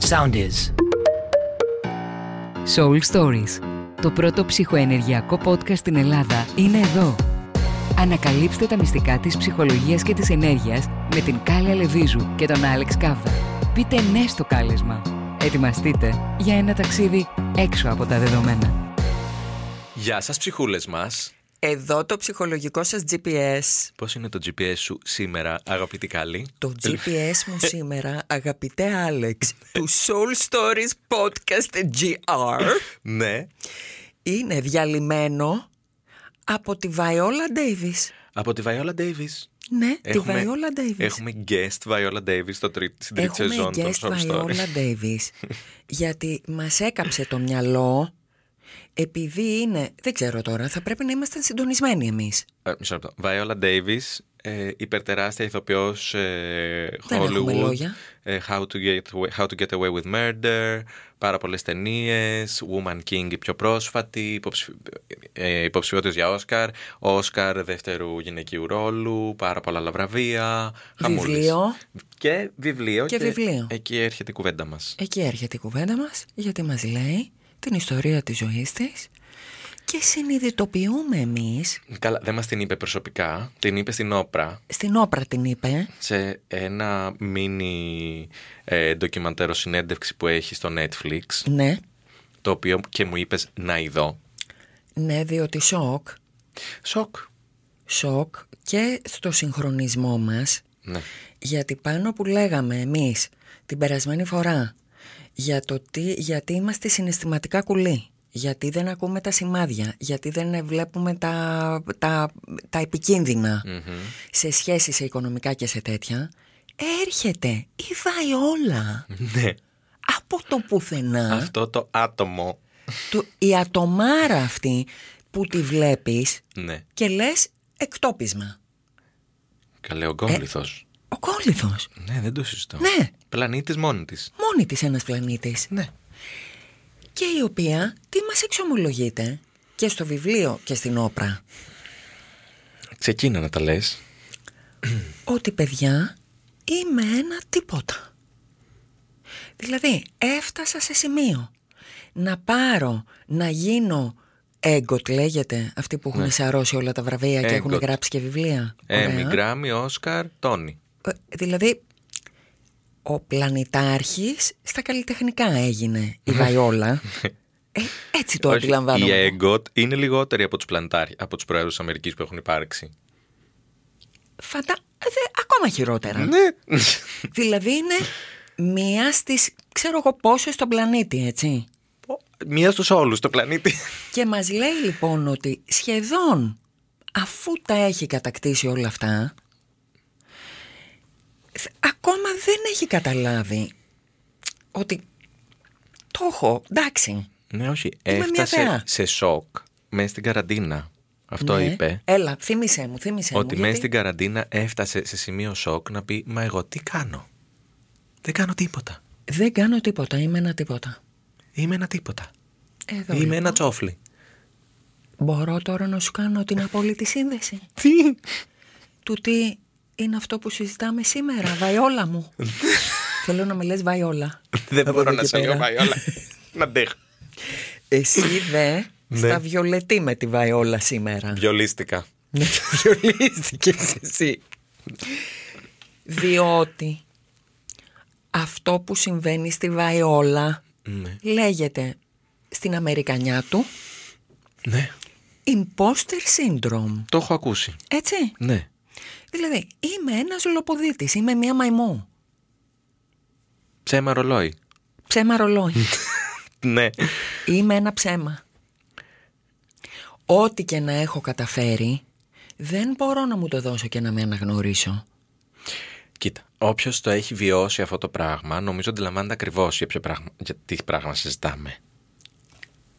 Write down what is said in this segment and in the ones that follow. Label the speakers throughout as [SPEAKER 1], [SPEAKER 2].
[SPEAKER 1] sound is.
[SPEAKER 2] Soul Stories. Το πρώτο ψυχοενεργειακό podcast στην Ελλάδα είναι εδώ. Ανακαλύψτε τα μυστικά της ψυχολογίας και της ενέργειας με την Κάλια Λεβίζου και τον Άλεξ Κάβδα. Πείτε ναι στο κάλεσμα. Ετοιμαστείτε για ένα ταξίδι έξω από τα δεδομένα.
[SPEAKER 3] Γεια σας ψυχούλες μας.
[SPEAKER 4] Εδώ το ψυχολογικό σας GPS.
[SPEAKER 3] Πώς είναι το GPS σου σήμερα, αγαπητή Καλή?
[SPEAKER 4] Το GPS μου σήμερα, αγαπητέ Άλεξ, του Soul Stories Podcast GR,
[SPEAKER 3] ναι.
[SPEAKER 4] είναι διαλυμένο από τη Βαϊόλα Ντέιβις.
[SPEAKER 3] Από τη Βαϊόλα Ντέιβις.
[SPEAKER 4] Ναι, τη Βαϊόλα Ντέιβις.
[SPEAKER 3] Έχουμε guest Βαϊόλα Ντέιβις στο τρί- στην τρίτη
[SPEAKER 4] Έχουμε
[SPEAKER 3] σεζόν των
[SPEAKER 4] guest
[SPEAKER 3] Short Stories.
[SPEAKER 4] Viola Davis. γιατί μας έκαψε το μυαλό επειδή είναι, δεν ξέρω τώρα, θα πρέπει να ήμασταν συντονισμένοι εμείς.
[SPEAKER 3] Ε, μισό λεπτό. Βαϊόλα Ντέιβις, ε, υπερτεράστια ηθοποιός ε,
[SPEAKER 4] Δεν έχουμε
[SPEAKER 3] Hollywood.
[SPEAKER 4] λόγια.
[SPEAKER 3] ε, how, to get, away- how to Get Away with Murder, πάρα πολλές ταινίες, Woman King η πιο πρόσφατη, υποψηφι... ε, υποψηφιότητες για Όσκαρ, Όσκαρ δεύτερου γυναικείου ρόλου, πάρα πολλά άλλα βραβεία, χαμούλες.
[SPEAKER 4] Βιβλίο.
[SPEAKER 3] Και βιβλίο.
[SPEAKER 4] Και βιβλίο.
[SPEAKER 3] Εκεί έρχεται η κουβέντα μας.
[SPEAKER 4] Εκεί έρχεται η κουβέντα μας γιατί μας λέει την ιστορία της ζωής της και συνειδητοποιούμε εμείς,
[SPEAKER 3] Καλά, δεν μας την είπε προσωπικά, την είπε στην όπρα.
[SPEAKER 4] στην όπρα την είπε,
[SPEAKER 3] σε ένα μίνι ε, ντοκιμαντέρο συνέντευξη που έχει στο Netflix,
[SPEAKER 4] ναι,
[SPEAKER 3] το οποίο και μου είπες να ειδώ.
[SPEAKER 4] ναι διότι σοκ,
[SPEAKER 3] Σοκ.
[SPEAKER 4] σοκ και στο συγχρονισμό μας
[SPEAKER 3] Ναι.
[SPEAKER 4] Γιατί πάνω που λέγαμε εμείς την περασμένη φορά για το τι, γιατί είμαστε συναισθηματικά κουλοί, γιατί δεν ακούμε τα σημάδια, γιατί δεν βλέπουμε τα, τα, τα επικίνδυνα σε σχέση σε οικονομικά και σε τέτοια, έρχεται η Βαϊόλα
[SPEAKER 3] ναι.
[SPEAKER 4] από το πουθενά,
[SPEAKER 3] Αυτό το άτομο.
[SPEAKER 4] το, η ατομάρα αυτή που τη βλέπεις
[SPEAKER 3] Ναι.
[SPEAKER 4] και λες εκτόπισμα.
[SPEAKER 3] Καλέ ο Γκόμπληθος.
[SPEAKER 4] Ο κόλληθος,
[SPEAKER 3] Ναι, δεν το συζητώ.
[SPEAKER 4] Ναι.
[SPEAKER 3] Πλανήτης μόνη της.
[SPEAKER 4] μόνη της ένας πλανήτης.
[SPEAKER 3] Ναι.
[SPEAKER 4] και η οποία τι μας εξομολογείται και στο βιβλίο και στην όπρα.
[SPEAKER 3] Ξεκίνα να τα λες.
[SPEAKER 4] Ότι παιδιά είμαι ένα τίποτα. Δηλαδή έφτασα σε σημείο να πάρω, να γίνω έγκοτ λέγεται αυτοί που έχουν
[SPEAKER 3] Ναι.
[SPEAKER 4] σαρώσει όλα τα βραβεία και έχουν
[SPEAKER 3] Έγκοτ.
[SPEAKER 4] γράψει και βιβλία. Ωραία.
[SPEAKER 3] Έμι, Γκράμι, Όσκαρ, Τόνι.
[SPEAKER 4] Ε, Δηλαδή ο πλανητάρχης στα καλλιτεχνικά έγινε η Βαϊόλα. Ε, έτσι το
[SPEAKER 3] Ναι. Όχι,
[SPEAKER 4] αντιλαμβάνομαι.
[SPEAKER 3] Η Έγκοτ είναι λιγότερη από τους, πλανητάρχ, από τους προέδρους της Αμερικής που έχουν υπάρξει.
[SPEAKER 4] Φαντα... Δε, ακόμα χειρότερα.
[SPEAKER 3] Ναι.
[SPEAKER 4] Δηλαδή είναι μία στις ξέρω εγώ πόσες στον πλανήτη, έτσι.
[SPEAKER 3] Μία στους όλους, το πλανήτη.
[SPEAKER 4] Και μας λέει λοιπόν ότι σχεδόν αφού τα έχει κατακτήσει όλα αυτά, θ- ακόμα δεν έχει καταλάβει ότι το έχω, εντάξει.
[SPEAKER 3] Ναι, όχι.
[SPEAKER 4] Είμαι μια
[SPEAKER 3] Έφτασε
[SPEAKER 4] θεά.
[SPEAKER 3] σε σοκ μέσα στην καραντίνα. Αυτό
[SPEAKER 4] Ναι.
[SPEAKER 3] είπε.
[SPEAKER 4] Έλα, θύμισέ μου, θύμισέ
[SPEAKER 3] Ότι
[SPEAKER 4] μου.
[SPEAKER 3] μέσα
[SPEAKER 4] γιατί-
[SPEAKER 3] στην καραντίνα έφτασε σε σημείο σοκ να πει Μα εγώ τι κάνω. Δεν κάνω τίποτα.
[SPEAKER 4] Δεν κάνω τίποτα, είμαι ένα τίποτα.
[SPEAKER 3] Είμαι ένα τίποτα.
[SPEAKER 4] Εδώ
[SPEAKER 3] Είμαι
[SPEAKER 4] λοιπόν.
[SPEAKER 3] ένα τσόφλι.
[SPEAKER 4] Μπορώ τώρα να σου κάνω την απόλυτη σύνδεση
[SPEAKER 3] Τι.
[SPEAKER 4] του τι είναι αυτό που συζητάμε σήμερα, Βαϊόλα μου. Θέλω να με λες Βαϊόλα.
[SPEAKER 3] Δεν
[SPEAKER 4] Από
[SPEAKER 3] μπορώ
[SPEAKER 4] εδώ
[SPEAKER 3] να
[SPEAKER 4] και
[SPEAKER 3] σε λέω
[SPEAKER 4] πέρα.
[SPEAKER 3] Βαϊόλα. Να αντέχω.
[SPEAKER 4] Εσύ δε
[SPEAKER 3] Ναι.
[SPEAKER 4] στα βιολετή με τη Βαϊόλα σήμερα.
[SPEAKER 3] Βιολίστηκα.
[SPEAKER 4] Ναι, βιολίστηκες εσύ. Διότι αυτό που συμβαίνει στη Βαϊόλα
[SPEAKER 3] Ναι.
[SPEAKER 4] λέγεται στην Αμερικανιά του
[SPEAKER 3] Ναι.
[SPEAKER 4] imposter syndrome.
[SPEAKER 3] Το έχω ακούσει.
[SPEAKER 4] Έτσι.
[SPEAKER 3] Ναι.
[SPEAKER 4] Δηλαδή, είμαι ένας λοποδίτης, είμαι μία μαϊμού.
[SPEAKER 3] Ψέμα ρολόι.
[SPEAKER 4] Ψέμα ρολόι.
[SPEAKER 3] Ναι.
[SPEAKER 4] Είμαι ένα ψέμα. Ό,τι και να έχω καταφέρει, δεν μπορώ να μου το δώσω και να με αναγνωρίσω.
[SPEAKER 3] Κοίτα, όποιος το έχει βιώσει αυτό το πράγμα, νομίζω αντιλαμβάνεται ακριβώς για, ποιο πράγμα- για τι πράγμα συζητάμε.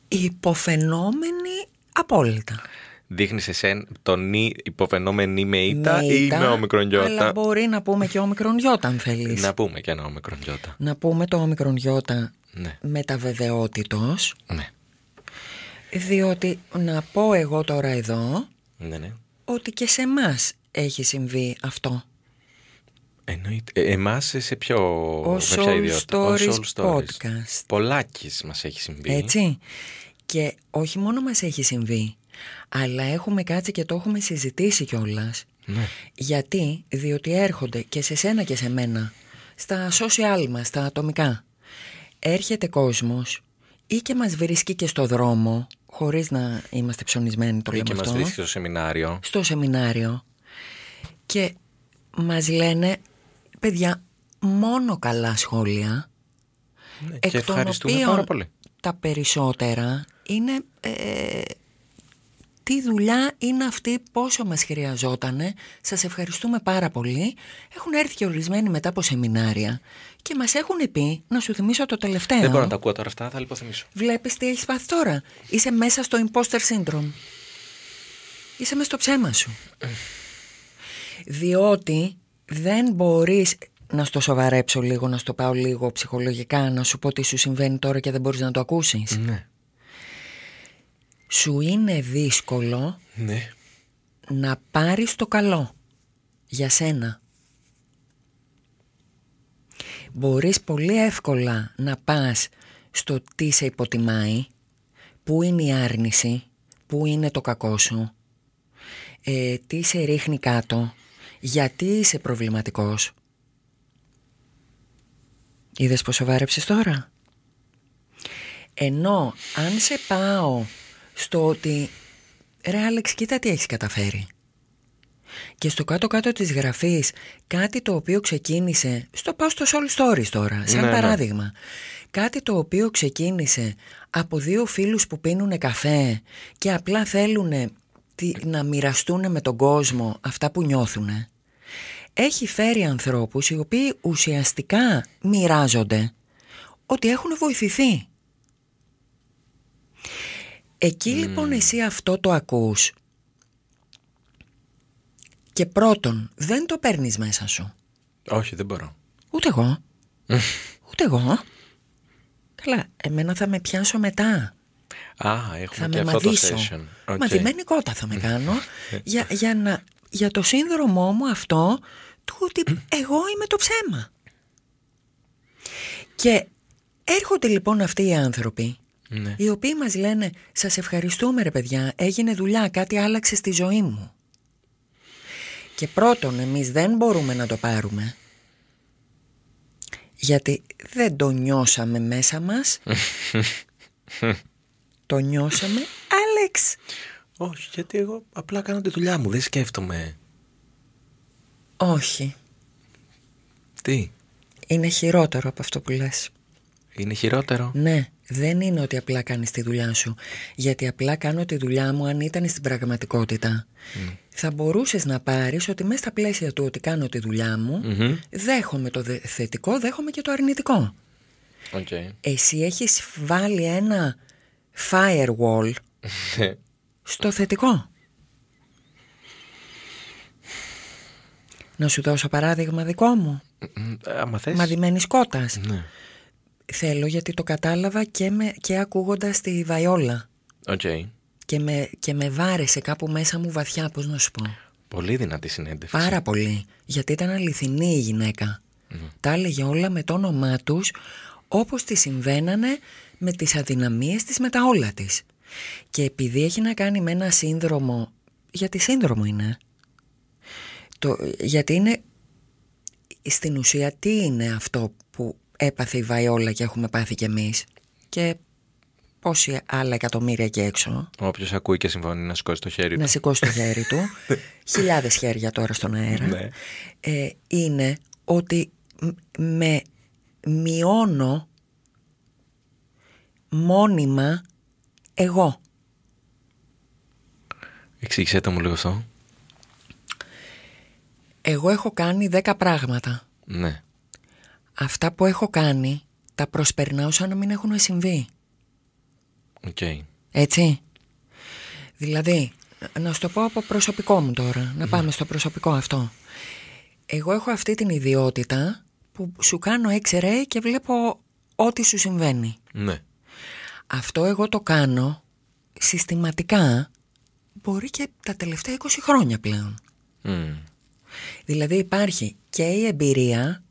[SPEAKER 4] Υποφαινόμενη απόλυτα.
[SPEAKER 3] Δείχνεις εσέν το νη υποφαινόμενη με ήττα
[SPEAKER 4] Με
[SPEAKER 3] ή
[SPEAKER 4] ήττα,
[SPEAKER 3] με
[SPEAKER 4] Ναι, Αλλά
[SPEAKER 3] ομικρονιώτα.
[SPEAKER 4] μπορεί να πούμε και ομικρονιώτα αν θέλεις.
[SPEAKER 3] Να
[SPEAKER 4] Να...
[SPEAKER 3] πούμε και ένα ομικρονιώτα.
[SPEAKER 4] πούμε το ομικρονιώτα
[SPEAKER 3] Ναι.
[SPEAKER 4] μεταβεβαιότητος,
[SPEAKER 3] Ναι.
[SPEAKER 4] διότι να πω εγώ τώρα εδώ
[SPEAKER 3] Ναι, ναι.
[SPEAKER 4] ότι και σε μας έχει συμβεί αυτό.
[SPEAKER 3] Εννοείται. Ε, εμάς σε ποιο,
[SPEAKER 4] Ο
[SPEAKER 3] με ποια
[SPEAKER 4] Soul
[SPEAKER 3] ιδιότητα. Ο
[SPEAKER 4] Stories podcast.
[SPEAKER 3] Πολλάκις μας έχει συμβεί.
[SPEAKER 4] Έτσι. Και όχι μόνο μας έχει συμβεί, αλλά έχουμε κάτσει και το έχουμε συζητήσει κιόλας.
[SPEAKER 3] Ναι.
[SPEAKER 4] Γιατί, διότι έρχονται και σε σένα και σε μένα, στα social μας, στα ατομικά. Έρχεται κόσμος ή και μας βρίσκει και στο δρόμο, χωρίς να είμαστε ψωνισμένοι το
[SPEAKER 3] Ή
[SPEAKER 4] λέμε
[SPEAKER 3] και μας
[SPEAKER 4] αυτό,
[SPEAKER 3] βρίσκει στο σεμινάριο.
[SPEAKER 4] στο σεμινάριο. Και μας λένε, παιδιά, μόνο καλά σχόλια.
[SPEAKER 3] Ναι,
[SPEAKER 4] Εκ
[SPEAKER 3] και
[SPEAKER 4] των
[SPEAKER 3] ευχαριστούμε
[SPEAKER 4] οποίων
[SPEAKER 3] πάρα πολύ.
[SPEAKER 4] Τα περισσότερα είναι ε, τι δουλειά είναι αυτή, πόσο μας χρειαζότανε. Σας ευχαριστούμε πάρα πολύ. Έχουν έρθει και ορισμένοι μετά από σεμινάρια και μας έχουν πει, να σου θυμίσω το τελευταίο.
[SPEAKER 3] Δεν μπορώ να τα ακούω τώρα αυτά, θα λυποθυμίσω.
[SPEAKER 4] Βλέπεις τι έχεις πάθει τώρα. Είσαι μέσα στο imposter syndrome. Είσαι μέσα στο ψέμα σου. Διότι δεν μπορείς να στο σοβαρέψω λίγο, να στο πάω λίγο ψυχολογικά, να σου πω τι σου συμβαίνει τώρα και δεν μπορείς να το ακούσεις.
[SPEAKER 3] Ναι.
[SPEAKER 4] Σου είναι δύσκολο
[SPEAKER 3] Ναι.
[SPEAKER 4] να πάρεις το καλό για σένα. Μπορείς πολύ εύκολα να πας στο τι σε υποτιμάει, πού είναι η άρνηση, πού είναι το κακό σου, ε, τι σε ρίχνει κάτω, γιατί είσαι προβληματικός. Είδες πως σοβάρεψες τώρα. Ενώ αν σε πάω στο ότι ρε Άλεξ κοίτα τι έχεις καταφέρει. Και στο κάτω-κάτω της γραφής κάτι το οποίο ξεκίνησε, στο πάω στο Soul Stories τώρα, σαν
[SPEAKER 3] Ναι, ναι.
[SPEAKER 4] παράδειγμα. Κάτι το οποίο ξεκίνησε από δύο φίλους που πίνουν καφέ και απλά θέλουν να μοιραστούν με τον κόσμο αυτά που νιώθουν. Έχει φέρει ανθρώπους οι οποίοι ουσιαστικά μοιράζονται ότι έχουν βοηθηθεί. Εκεί λοιπόν εσύ αυτό το ακούς και πρώτον δεν το παίρνεις μέσα σου.
[SPEAKER 3] Όχι, δεν μπορώ.
[SPEAKER 4] Ούτε εγώ. Ούτε εγώ. Καλά, εμένα θα με πιάσω μετά.
[SPEAKER 3] Α, έχουμε
[SPEAKER 4] Θα
[SPEAKER 3] και
[SPEAKER 4] με
[SPEAKER 3] αυτό το
[SPEAKER 4] μαδίσω.
[SPEAKER 3] session. Οκ.
[SPEAKER 4] Μαδημένη κότα θα με κάνω για, για, να, για το σύνδρομό μου αυτό του ότι εγώ είμαι το ψέμα. Και έρχονται λοιπόν αυτοί οι άνθρωποι
[SPEAKER 3] Ναι.
[SPEAKER 4] οι οποίοι μας λένε «Σας ευχαριστούμε ρε παιδιά, έγινε δουλειά, κάτι άλλαξε στη ζωή μου». Και πρώτον, εμείς δεν μπορούμε να το πάρουμε. Γιατί δεν το νιώσαμε μέσα μας. το νιώσαμε «Άλεξ».
[SPEAKER 3] Όχι, γιατί εγώ απλά κάνω τη δουλειά μου, δεν σκέφτομαι.
[SPEAKER 4] Όχι,
[SPEAKER 3] Τι,
[SPEAKER 4] είναι χειρότερο από αυτό που λες.
[SPEAKER 3] είναι χειρότερο.
[SPEAKER 4] Ναι, δεν είναι ότι απλά κάνεις τη δουλειά σου. Γιατί απλά κάνω τη δουλειά μου αν ήταν στην πραγματικότητα. Θα μπορούσες να πάρεις ότι μέσα στα πλαίσια του ότι κάνω τη δουλειά μου,
[SPEAKER 3] Μμμ.
[SPEAKER 4] δέχομαι το δε- θετικό, δέχομαι και το αρνητικό.
[SPEAKER 3] Οκ.
[SPEAKER 4] Εσύ έχεις βάλει ένα firewall
[SPEAKER 3] Ναι.
[SPEAKER 4] στο θετικό. Να σου δώσω παράδειγμα δικό μου,
[SPEAKER 3] Μμμ, Άμα θες.
[SPEAKER 4] μαδημένης κότας.
[SPEAKER 3] Ναι.
[SPEAKER 4] Θέλω γιατί το κατάλαβα και, με, και ακούγοντας τη Βαϊόλα.
[SPEAKER 3] Οκ.
[SPEAKER 4] Και με, και με βάρεσε κάπου μέσα μου βαθιά, πώς να σου πω.
[SPEAKER 3] Πολύ δυνατή συνέντευξη.
[SPEAKER 4] Πάρα πολύ. Γιατί ήταν αληθινή η γυναίκα. Τα έλεγε όλα με το όνομά τους, όπως τη συμβαίνανε με τις αδυναμίες της, με τα όλα της. Και επειδή έχει να κάνει με ένα σύνδρομο, γιατί σύνδρομο είναι, το, γιατί είναι, στην ουσία τι είναι αυτό που έπαθε η Βαϊόλα και έχουμε πάθει κι εμείς και πόσοι άλλα εκατομμύρια εκεί έξω.
[SPEAKER 3] Όποιος ακούει και συμφωνεί να σηκώσει το χέρι
[SPEAKER 4] Να
[SPEAKER 3] του.
[SPEAKER 4] σηκώσει το χέρι του. Χιλιάδες χέρια τώρα στον αέρα.
[SPEAKER 3] Ναι.
[SPEAKER 4] Ε, είναι ότι μ- με μειώνω μόνιμα εγώ.
[SPEAKER 3] Εξήγησέ το μου λίγο αυτό.
[SPEAKER 4] Εγώ έχω κάνει δέκα πράγματα.
[SPEAKER 3] Ναι.
[SPEAKER 4] Αυτά που έχω κάνει τα προσπερνάω σαν να μην έχουν συμβεί.
[SPEAKER 3] Οκ.
[SPEAKER 4] Έτσι. Δηλαδή, να σου το πω από προσωπικό μου τώρα, να πάμε στο προσωπικό αυτό. Εγώ έχω αυτή την ιδιότητα που σου κάνω X-ray και βλέπω ό,τι σου συμβαίνει.
[SPEAKER 3] Ναι.
[SPEAKER 4] Αυτό εγώ το κάνω συστηματικά, μπορεί και τα τελευταία 20 χρόνια πλέον.
[SPEAKER 3] Μμ.
[SPEAKER 4] Δηλαδή υπάρχει και η εμπειρία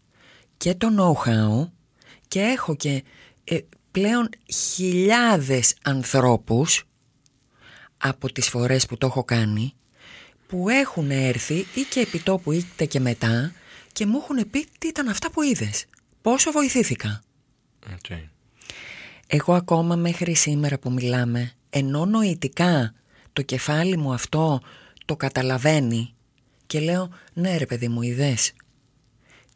[SPEAKER 4] και το know-how και έχω και ε, πλέον χιλιάδες ανθρώπους από τις φορές που το έχω κάνει που έχουν έρθει ή και επί τόπου είτε και μετά και μου έχουν πει τι ήταν αυτά που είδες, πόσο βοηθήθηκα.
[SPEAKER 3] Okay.
[SPEAKER 4] Εγώ ακόμα μέχρι σήμερα που μιλάμε, ενώ νοητικά το κεφάλι μου αυτό το καταλαβαίνει και λέω ναι ρε παιδί μου είδες,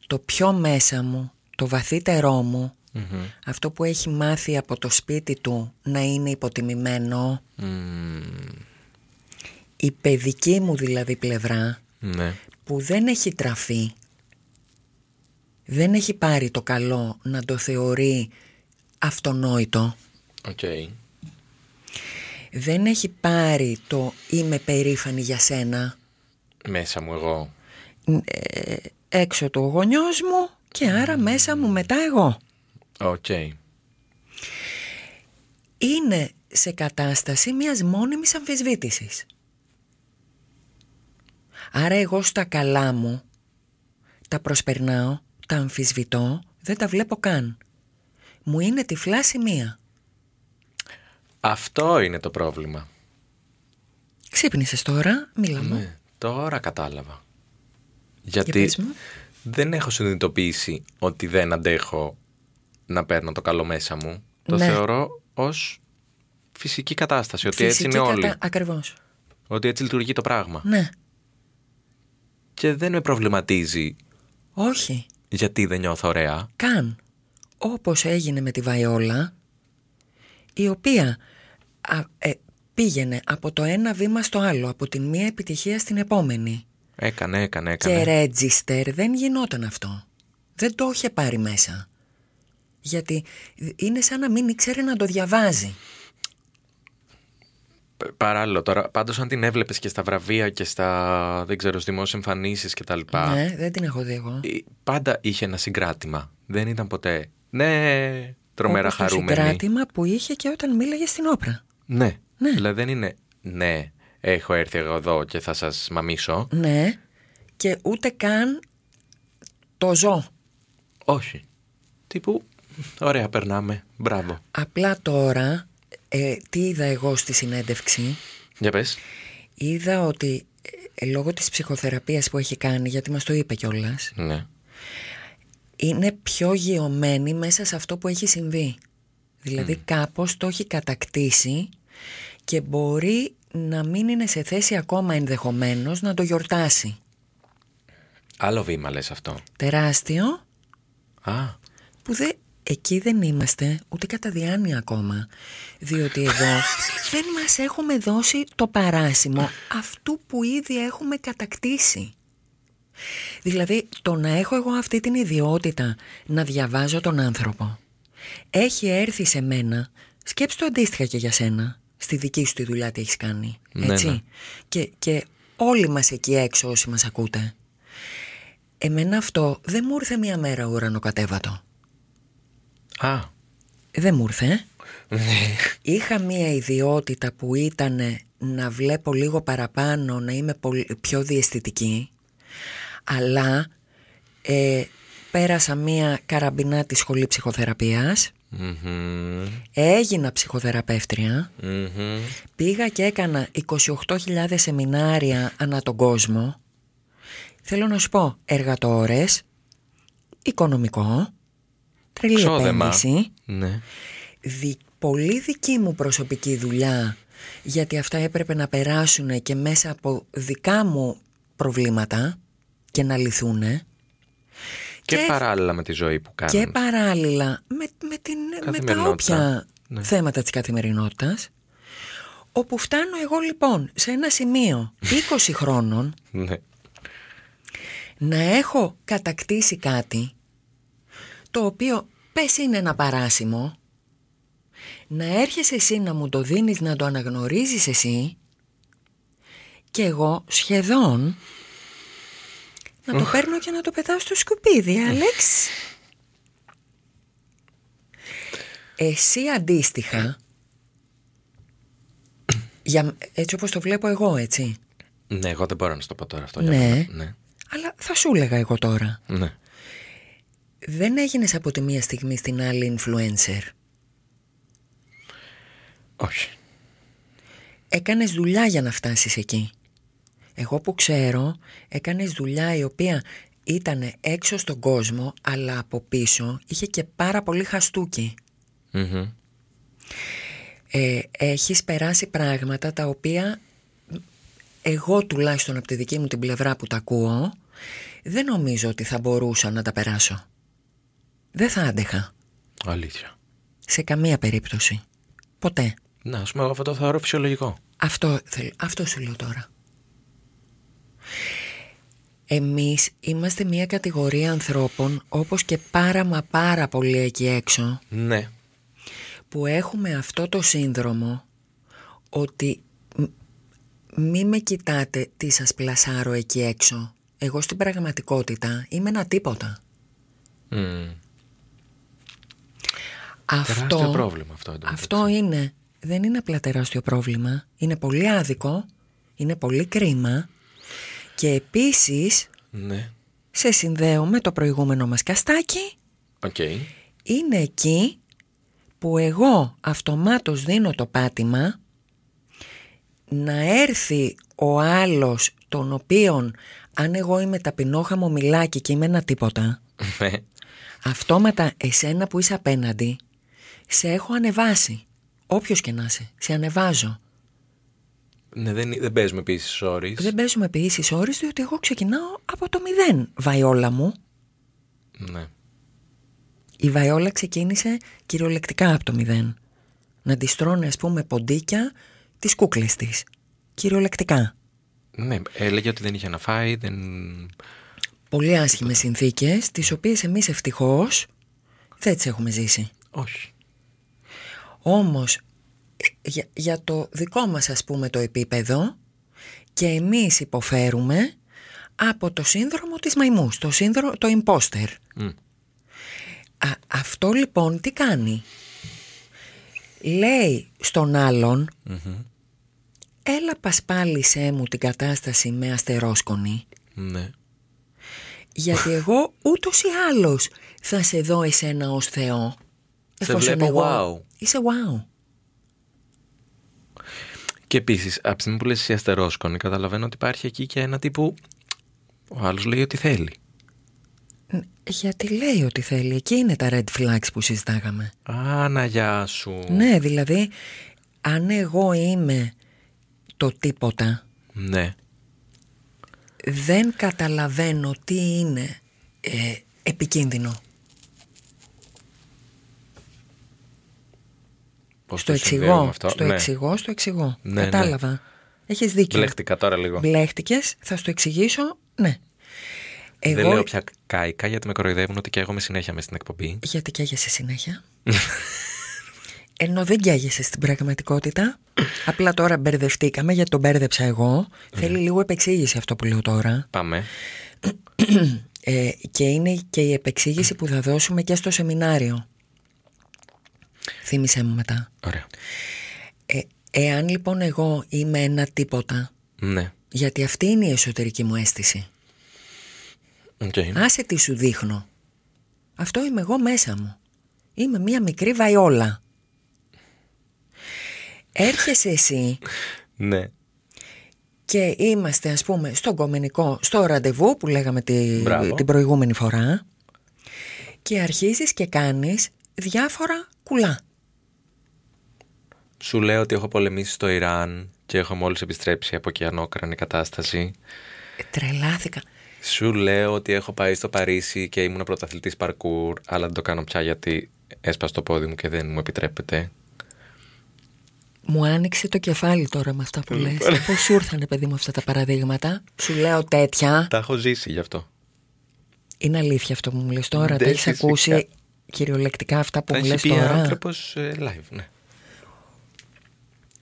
[SPEAKER 4] το πιο μέσα μου, το βαθύτερό μου,
[SPEAKER 3] Μμμ.
[SPEAKER 4] αυτό που έχει μάθει από το σπίτι του να είναι υποτιμημένο,
[SPEAKER 3] Μμμ.
[SPEAKER 4] η παιδική μου δηλαδή πλευρά
[SPEAKER 3] Ναι.
[SPEAKER 4] που δεν έχει τραφεί, δεν έχει πάρει το καλό να το θεωρεί αυτονόητο,
[SPEAKER 3] Οκ.
[SPEAKER 4] δεν έχει πάρει το είμαι περήφανη για σένα,
[SPEAKER 3] Μέσα μου εγώ.
[SPEAKER 4] ε, έξω το γονιός μου και άρα μέσα μου μετά εγώ.
[SPEAKER 3] Οκ.
[SPEAKER 4] Είναι σε κατάσταση μιας μόνιμης αμφισβήτησης. Άρα εγώ στα καλά μου τα προσπερνάω, τα αμφισβητώ, δεν τα βλέπω καν. Μου είναι τυφλά σημεία.
[SPEAKER 3] Αυτό είναι το πρόβλημα.
[SPEAKER 4] Ξύπνησες τώρα, μιλάμε.
[SPEAKER 3] Ναι. Τώρα κατάλαβα.
[SPEAKER 4] Για
[SPEAKER 3] Γιατί
[SPEAKER 4] πες μου.
[SPEAKER 3] δεν έχω συνειδητοποιήσει ότι δεν αντέχω να παίρνω το καλό μέσα μου. Το
[SPEAKER 4] Ναι.
[SPEAKER 3] θεωρώ ως φυσική κατάσταση. Ότι έτσι
[SPEAKER 4] Φυσική
[SPEAKER 3] είναι όλοι.
[SPEAKER 4] κατά- Ακριβώς.
[SPEAKER 3] Ότι έτσι λειτουργεί το πράγμα.
[SPEAKER 4] Ναι.
[SPEAKER 3] Και δεν με προβληματίζει
[SPEAKER 4] Όχι.
[SPEAKER 3] γιατί δεν νιώθω ωραία.
[SPEAKER 4] καν όπως έγινε με τη Βαϊόλα η οποία α, ε, πήγαινε από το ένα βήμα στο άλλο από τη μία επιτυχία στην επόμενη
[SPEAKER 3] Έκανε, έκανε,
[SPEAKER 4] και
[SPEAKER 3] έκανε.
[SPEAKER 4] register δεν γινόταν αυτό δεν το είχε πάρει μέσα γιατί είναι σαν να μην ήξερε να το διαβάζει
[SPEAKER 3] Π- Παράλληλο τώρα. Πάντως αν την έβλεπες και στα βραβεία και στα, δεν ξέρω, στις δημόσιες εμφανίσεις και τα λοιπά.
[SPEAKER 4] ναι δεν την έχω δει εγώ
[SPEAKER 3] ε, Πάντα είχε ένα συγκράτημα. Δεν ήταν ποτέ, ναι, τρομερά
[SPEAKER 4] Όπως το
[SPEAKER 3] χαρούμενη.
[SPEAKER 4] συγκράτημα που είχε και όταν μίλαγε στην όπρα
[SPEAKER 3] Ναι.
[SPEAKER 4] Ναι.
[SPEAKER 3] Δηλαδή δεν είναι, ναι, έχω έρθει εγώ εδώ και θα σας μαμίσω.
[SPEAKER 4] ναι και ούτε καν το ζω
[SPEAKER 3] Όχι. Τύπου, ωραία, περνάμε. Μπράβο.
[SPEAKER 4] Απλά τώρα, ε, τι είδα εγώ στη συνέντευξη,
[SPEAKER 3] Για πες.
[SPEAKER 4] είδα ότι ε, λόγω της ψυχοθεραπείας που έχει κάνει, γιατί μας το είπε κιόλας,
[SPEAKER 3] Ναι.
[SPEAKER 4] είναι πιο γειωμένη μέσα σε αυτό που έχει συμβεί. Δηλαδή κάπως το έχει κατακτήσει και μπορεί να μην είναι σε θέση ακόμα ενδεχομένως να το γιορτάσει.
[SPEAKER 3] Άλλο βήμα λες αυτό.
[SPEAKER 4] Τεράστιο,
[SPEAKER 3] Α,
[SPEAKER 4] που δεν... Εκεί δεν είμαστε ούτε κατά διάνοια ακόμα, διότι εδώ δεν μας έχουμε δώσει το παράσημο αυτού που ήδη έχουμε κατακτήσει. Δηλαδή το να έχω εγώ αυτή την ιδιότητα να διαβάζω τον άνθρωπο έχει έρθει σε μένα, σκέψτε το αντίστοιχα και για σένα, στη δική σου τη δουλειά τι έχεις κάνει,
[SPEAKER 3] Ναι,
[SPEAKER 4] έτσι.
[SPEAKER 3] ναι.
[SPEAKER 4] Και, και όλοι μας εκεί έξω όσοι μας ακούτε. Εμένα αυτό δεν μου ήρθε μία μέρα ουρανοκατέβατο.
[SPEAKER 3] α, Ναι.
[SPEAKER 4] Δεν μου ήρθε. ε. Είχα μία ιδιότητα που ήταν να βλέπω λίγο παραπάνω, να είμαι πολύ- πιο διαισθητική. Αλλά ε, πέρασα μία καραμπινά της σχολή ψυχοθεραπείας.
[SPEAKER 3] Μμμ.
[SPEAKER 4] Έγινα ψυχοθεραπεύτρια.
[SPEAKER 3] Μμμ.
[SPEAKER 4] Πήγα και έκανα 28.000 σεμινάρια ανά τον κόσμο. Θέλω να σου πω, εργατόρες, οικονομικό, τρελή
[SPEAKER 3] Ξόδεμα.
[SPEAKER 4] επένδυση.
[SPEAKER 3] Ναι.
[SPEAKER 4] δι, πολύ δική μου προσωπική δουλειά γιατί αυτά έπρεπε να περάσουν και μέσα από δικά μου προβλήματα και να λυθούν
[SPEAKER 3] Και,
[SPEAKER 4] Και-
[SPEAKER 3] παράλληλα με τη ζωή που
[SPEAKER 4] και
[SPEAKER 3] κάνουν.
[SPEAKER 4] παράλληλα με, με, την, με τα
[SPEAKER 3] Καθημερινότητα.
[SPEAKER 4] όποια
[SPEAKER 3] Ναι.
[SPEAKER 4] θέματα της καθημερινότητας όπου φτάνω εγώ λοιπόν σε ένα σημείο 20 χρόνων
[SPEAKER 3] Ναι.
[SPEAKER 4] να έχω κατακτήσει κάτι το οποίο πες είναι ένα παράσημο να έρχεσαι εσύ να μου το δίνεις να το αναγνωρίζεις εσύ και εγώ σχεδόν να το παίρνω και να το πετάω στο σκουπίδι, Άλεξ. Εσύ αντίστοιχα, για, έτσι όπως το βλέπω εγώ, έτσι,
[SPEAKER 3] Ναι, εγώ δεν μπορώ να σου το πω τώρα αυτό. για
[SPEAKER 4] Ναι.
[SPEAKER 3] μένα. ναι.
[SPEAKER 4] αλλά θα σου έλεγα εγώ τώρα.
[SPEAKER 3] Ναι.
[SPEAKER 4] Δεν έγινες από τη μία στιγμή στην άλλη influencer.
[SPEAKER 3] Όχι.
[SPEAKER 4] Έκανες δουλειά για να φτάσεις εκεί. Εγώ που ξέρω, έκανες δουλειά η οποία ήταν έξω στον κόσμο, αλλά από πίσω είχε και πάρα πολύ χαστούκι.
[SPEAKER 3] Μμμ.
[SPEAKER 4] Ε, έχεις περάσει πράγματα τα οποία εγώ τουλάχιστον από τη δική μου την πλευρά που τα ακούω, δεν νομίζω ότι θα μπορούσα να τα περάσω. Δεν θα άντεχα.
[SPEAKER 3] Αλήθεια.
[SPEAKER 4] Σε καμία περίπτωση. Ποτέ.
[SPEAKER 3] Να, ας πούμε, εγώ αυτό το θεωρώ φυσιολογικό.
[SPEAKER 4] Αυτό, θέλ, αυτό σου λέω τώρα. Εμείς είμαστε μια κατηγορία ανθρώπων όπως και πάρα μα πάρα πολλοί εκεί έξω
[SPEAKER 3] Ναι.
[SPEAKER 4] που έχουμε αυτό το σύνδρομο ότι μ- μη με κοιτάτε τι σας πλασάρω εκεί έξω. Εγώ στην πραγματικότητα είμαι ένα τίποτα.
[SPEAKER 3] Μμ. Τεράστιο
[SPEAKER 4] Αυτό,
[SPEAKER 3] πρόβλημα αυτό. εν τω
[SPEAKER 4] αυτό
[SPEAKER 3] μεταξύ.
[SPEAKER 4] είναι, δεν είναι απλά τεράστιο πρόβλημα. Είναι πολύ άδικο, είναι πολύ κρίμα και επίσης
[SPEAKER 3] Ναι.
[SPEAKER 4] σε συνδέω με το προηγούμενο μας καστάκι
[SPEAKER 3] Οκ.
[SPEAKER 4] είναι εκεί που εγώ αυτομάτως δίνω το πάτημα να έρθει ο άλλος τον οποίον αν εγώ είμαι ταπεινό χαμομηλάκι και είμαι ένα τίποτα
[SPEAKER 3] Ναι.
[SPEAKER 4] αυτόματα εσένα που είσαι απέναντι σε έχω ανεβάσει όποιος και να είσαι, σε ανεβάζω
[SPEAKER 3] Ναι, δεν, δεν παίζουμε επίσης όρει.
[SPEAKER 4] δεν παίζουμε ποιήσεις όρις διότι εγώ ξεκινάω από το μηδέν Βαϊόλα μου
[SPEAKER 3] Ναι.
[SPEAKER 4] Η Βαϊόλα ξεκίνησε κυριολεκτικά από το μηδέν. Να της στρώνει, ας πούμε, ποντίκια τις κούκλες της. Κυριολεκτικά.
[SPEAKER 3] Ναι, έλεγε ότι δεν είχε να φάει, δεν.
[SPEAKER 4] Πολύ άσχημες συνθήκες, τις οποίες εμείς ευτυχώς δεν τις έχουμε ζήσει.
[SPEAKER 3] Όχι.
[SPEAKER 4] Όμως, για, για το δικό μας, ας πούμε, το επίπεδο, και εμείς υποφέρουμε από το σύνδρομο της μαϊμούς, το σύνδρομο, το imposter.
[SPEAKER 3] Μμ.
[SPEAKER 4] Α, αυτό λοιπόν τι κάνει. Λέει στον άλλον Έλα πασπάλισέ μου την κατάσταση με αστερόσκονη
[SPEAKER 3] Ναι.
[SPEAKER 4] Γιατί εγώ ούτως ή άλλως θα σε δω εσένα ως Θεό
[SPEAKER 3] Σε
[SPEAKER 4] Εφόσον
[SPEAKER 3] βλέπω
[SPEAKER 4] εγώ
[SPEAKER 3] wow.
[SPEAKER 4] Είσαι wow
[SPEAKER 3] Και επίσης, από τη στιγμή που λες εσύ αστερόσκονη, καταλαβαίνω ότι υπάρχει εκεί και ένα τύπου. Ο άλλος λέει ότι θέλει.
[SPEAKER 4] Ν- Γιατί λέει ότι θέλει Εκεί είναι τα red flags που συζητάγαμε
[SPEAKER 3] Άνα, γεια σου.
[SPEAKER 4] Ναι δηλαδή αν εγώ είμαι το τίποτα
[SPEAKER 3] Ναι.
[SPEAKER 4] δεν καταλαβαίνω τι είναι ε, επικίνδυνο.
[SPEAKER 3] Πώς
[SPEAKER 4] στο
[SPEAKER 3] το συνδέουμε
[SPEAKER 4] εξηγώ,
[SPEAKER 3] αυτό.
[SPEAKER 4] στο
[SPEAKER 3] ναι.
[SPEAKER 4] εξηγώ, στο εξηγώ.
[SPEAKER 3] Ναι, ναι.
[SPEAKER 4] Κατάλαβα. Έχεις δίκιο.
[SPEAKER 3] Μπλέχτηκα τώρα λίγο.
[SPEAKER 4] Μπλέχτηκες, θα σου το εξηγήσω, ναι. Εγώ,
[SPEAKER 3] Δεν λέω πια κάηκα γιατί με κοροϊδεύουν ότι καίγομαι συνέχεια μες στην εκπομπή.
[SPEAKER 4] γιατί καίγεσαι συνέχεια. Ενώ δεν καίγεσαι στην πραγματικότητα. Απλά τώρα μπερδευτήκαμε γιατί τον μπέρδεψα εγώ. Θέλει λίγο επεξήγηση αυτό που λέω τώρα.
[SPEAKER 3] Πάμε.
[SPEAKER 4] Ε, και είναι και η επεξήγηση που θα δώσουμε και στο σεμινάριο. Θύμησέ μου μετά.
[SPEAKER 3] Ωραία.
[SPEAKER 4] Ε, εάν λοιπόν εγώ είμαι ένα τίποτα,
[SPEAKER 3] Ναι.
[SPEAKER 4] γιατί αυτή είναι η εσωτερική μου αίσθηση.
[SPEAKER 3] Οκ.
[SPEAKER 4] Άσε τι σου δείχνω. Αυτό είμαι εγώ μέσα μου. Είμαι μία μικρή βαϊόλα. Έρχεσαι εσύ
[SPEAKER 3] Ναι.
[SPEAKER 4] και είμαστε ας πούμε στο κομμενικό, στο ραντεβού που λέγαμε τη-
[SPEAKER 3] Μπράβο.
[SPEAKER 4] την προηγούμενη φορά και αρχίζεις και κάνεις διάφορα κουλά.
[SPEAKER 3] Σου λέω ότι έχω πολεμήσει στο Ιράν και έχω μόλις επιστρέψει από ωκεανόκρανη κατάσταση.
[SPEAKER 4] Ε, Τρελάθηκα.
[SPEAKER 3] Σου λέω ότι έχω πάει στο Παρίσι και ήμουν πρωταθλητής παρκούρ, αλλά δεν το κάνω πια γιατί έσπασε το πόδι μου και δεν μου επιτρέπεται.
[SPEAKER 4] Μου άνοιξε το κεφάλι τώρα με αυτά που λες. Πώς σου ήρθανε παιδί μου αυτά τα παραδείγματα. Σου λέω τέτοια.
[SPEAKER 3] Τα έχω ζήσει γι' αυτό. Είναι
[SPEAKER 4] Είναι αλήθεια αυτό που μου λες τώρα. Τα
[SPEAKER 3] Δεν
[SPEAKER 4] έχεις
[SPEAKER 3] Ναι, φυσικά.
[SPEAKER 4] ακούσει κυριολεκτικά αυτά που
[SPEAKER 3] Τα
[SPEAKER 4] μου
[SPEAKER 3] έχει
[SPEAKER 4] λες
[SPEAKER 3] πει τώρα...
[SPEAKER 4] τώρα.
[SPEAKER 3] άνθρωπο live, ναι.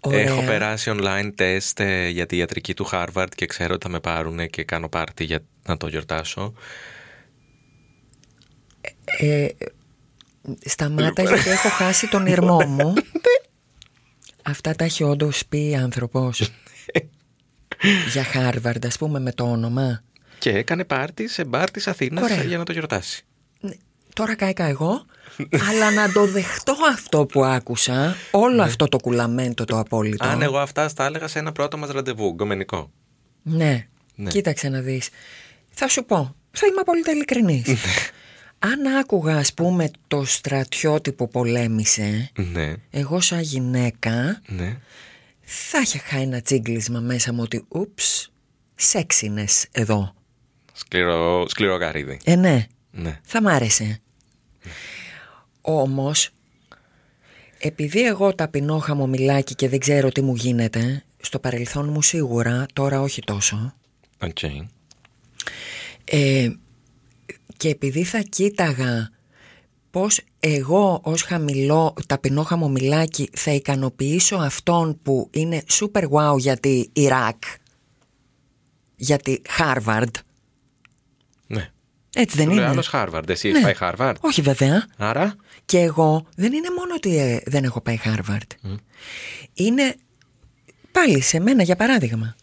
[SPEAKER 4] Ωραία.
[SPEAKER 3] Έχω περάσει online τεστ ε, για τη ιατρική του Harvard και ξέρω ότι θα με πάρουν και κάνω πάρτι για να το γιορτάσω.
[SPEAKER 4] Ε,
[SPEAKER 3] Λοιπόν.
[SPEAKER 4] σταμάτα γιατί έχω χάσει τον ήρμό μου.
[SPEAKER 3] Ναι.
[SPEAKER 4] Αυτά τα έχει
[SPEAKER 3] Ναι.
[SPEAKER 4] όντως πει άνθρωπος. Για Χάρβαρντ, ας πούμε, με το όνομα.
[SPEAKER 3] Και έκανε πάρτι σε μπαρ της Αθήνας
[SPEAKER 4] Ωραία.
[SPEAKER 3] για να το γιορτάσει.
[SPEAKER 4] Ναι, Τώρα κάηκα εγώ, αλλά να το δεχτώ αυτό που άκουσα, όλο αυτό το κουλαμέντο το απόλυτο.
[SPEAKER 3] Ναι. Αν εγώ αυτά στα έλεγα σε ένα πρώτο μας ραντεβού, γκομενικό.
[SPEAKER 4] Ναι.
[SPEAKER 3] Ναι.
[SPEAKER 4] Κοίταξε να δεις. Θα σου πω. Θα είμαι απόλυτα ειλικρινής. Αν άκουγα, ας πούμε, το στρατιώτη που πολέμησε,
[SPEAKER 3] Ναι,
[SPEAKER 4] εγώ σαν γυναίκα
[SPEAKER 3] ναι.
[SPEAKER 4] θα είχα ένα τσίγκλισμα μέσα μου ότι ούψ, σεξινες εδώ.
[SPEAKER 3] Σκληρό, σκληρό γαρίδι.
[SPEAKER 4] Ε, ναι.
[SPEAKER 3] Ναι.
[SPEAKER 4] Θα μ' άρεσε. Όμως, επειδή εγώ ταπεινό χαμομηλάκι και δεν ξέρω τι μου γίνεται, στο παρελθόν μου σίγουρα, τώρα όχι τόσο,
[SPEAKER 3] Οκ.
[SPEAKER 4] Ε, και επειδή θα κοίταγα πώς εγώ ως χαμηλό, ταπεινό χαμομηλάκι θα ικανοποιήσω αυτόν που είναι super wow γιατί Ιράκ, γιατί Χάρβαρντ,
[SPEAKER 3] Ναι.
[SPEAKER 4] έτσι δεν
[SPEAKER 3] Του λέει
[SPEAKER 4] είναι.
[SPEAKER 3] άλλος Χάρβαρντ. Εσύ
[SPEAKER 4] Ναι.
[SPEAKER 3] πάει Χάρβαρντ.
[SPEAKER 4] Όχι βέβαια.
[SPEAKER 3] Άρα.
[SPEAKER 4] Και εγώ δεν είναι μόνο ότι ε, δεν έχω πάει Χάρβαρντ. Είναι πάλι σε μένα για παράδειγμα.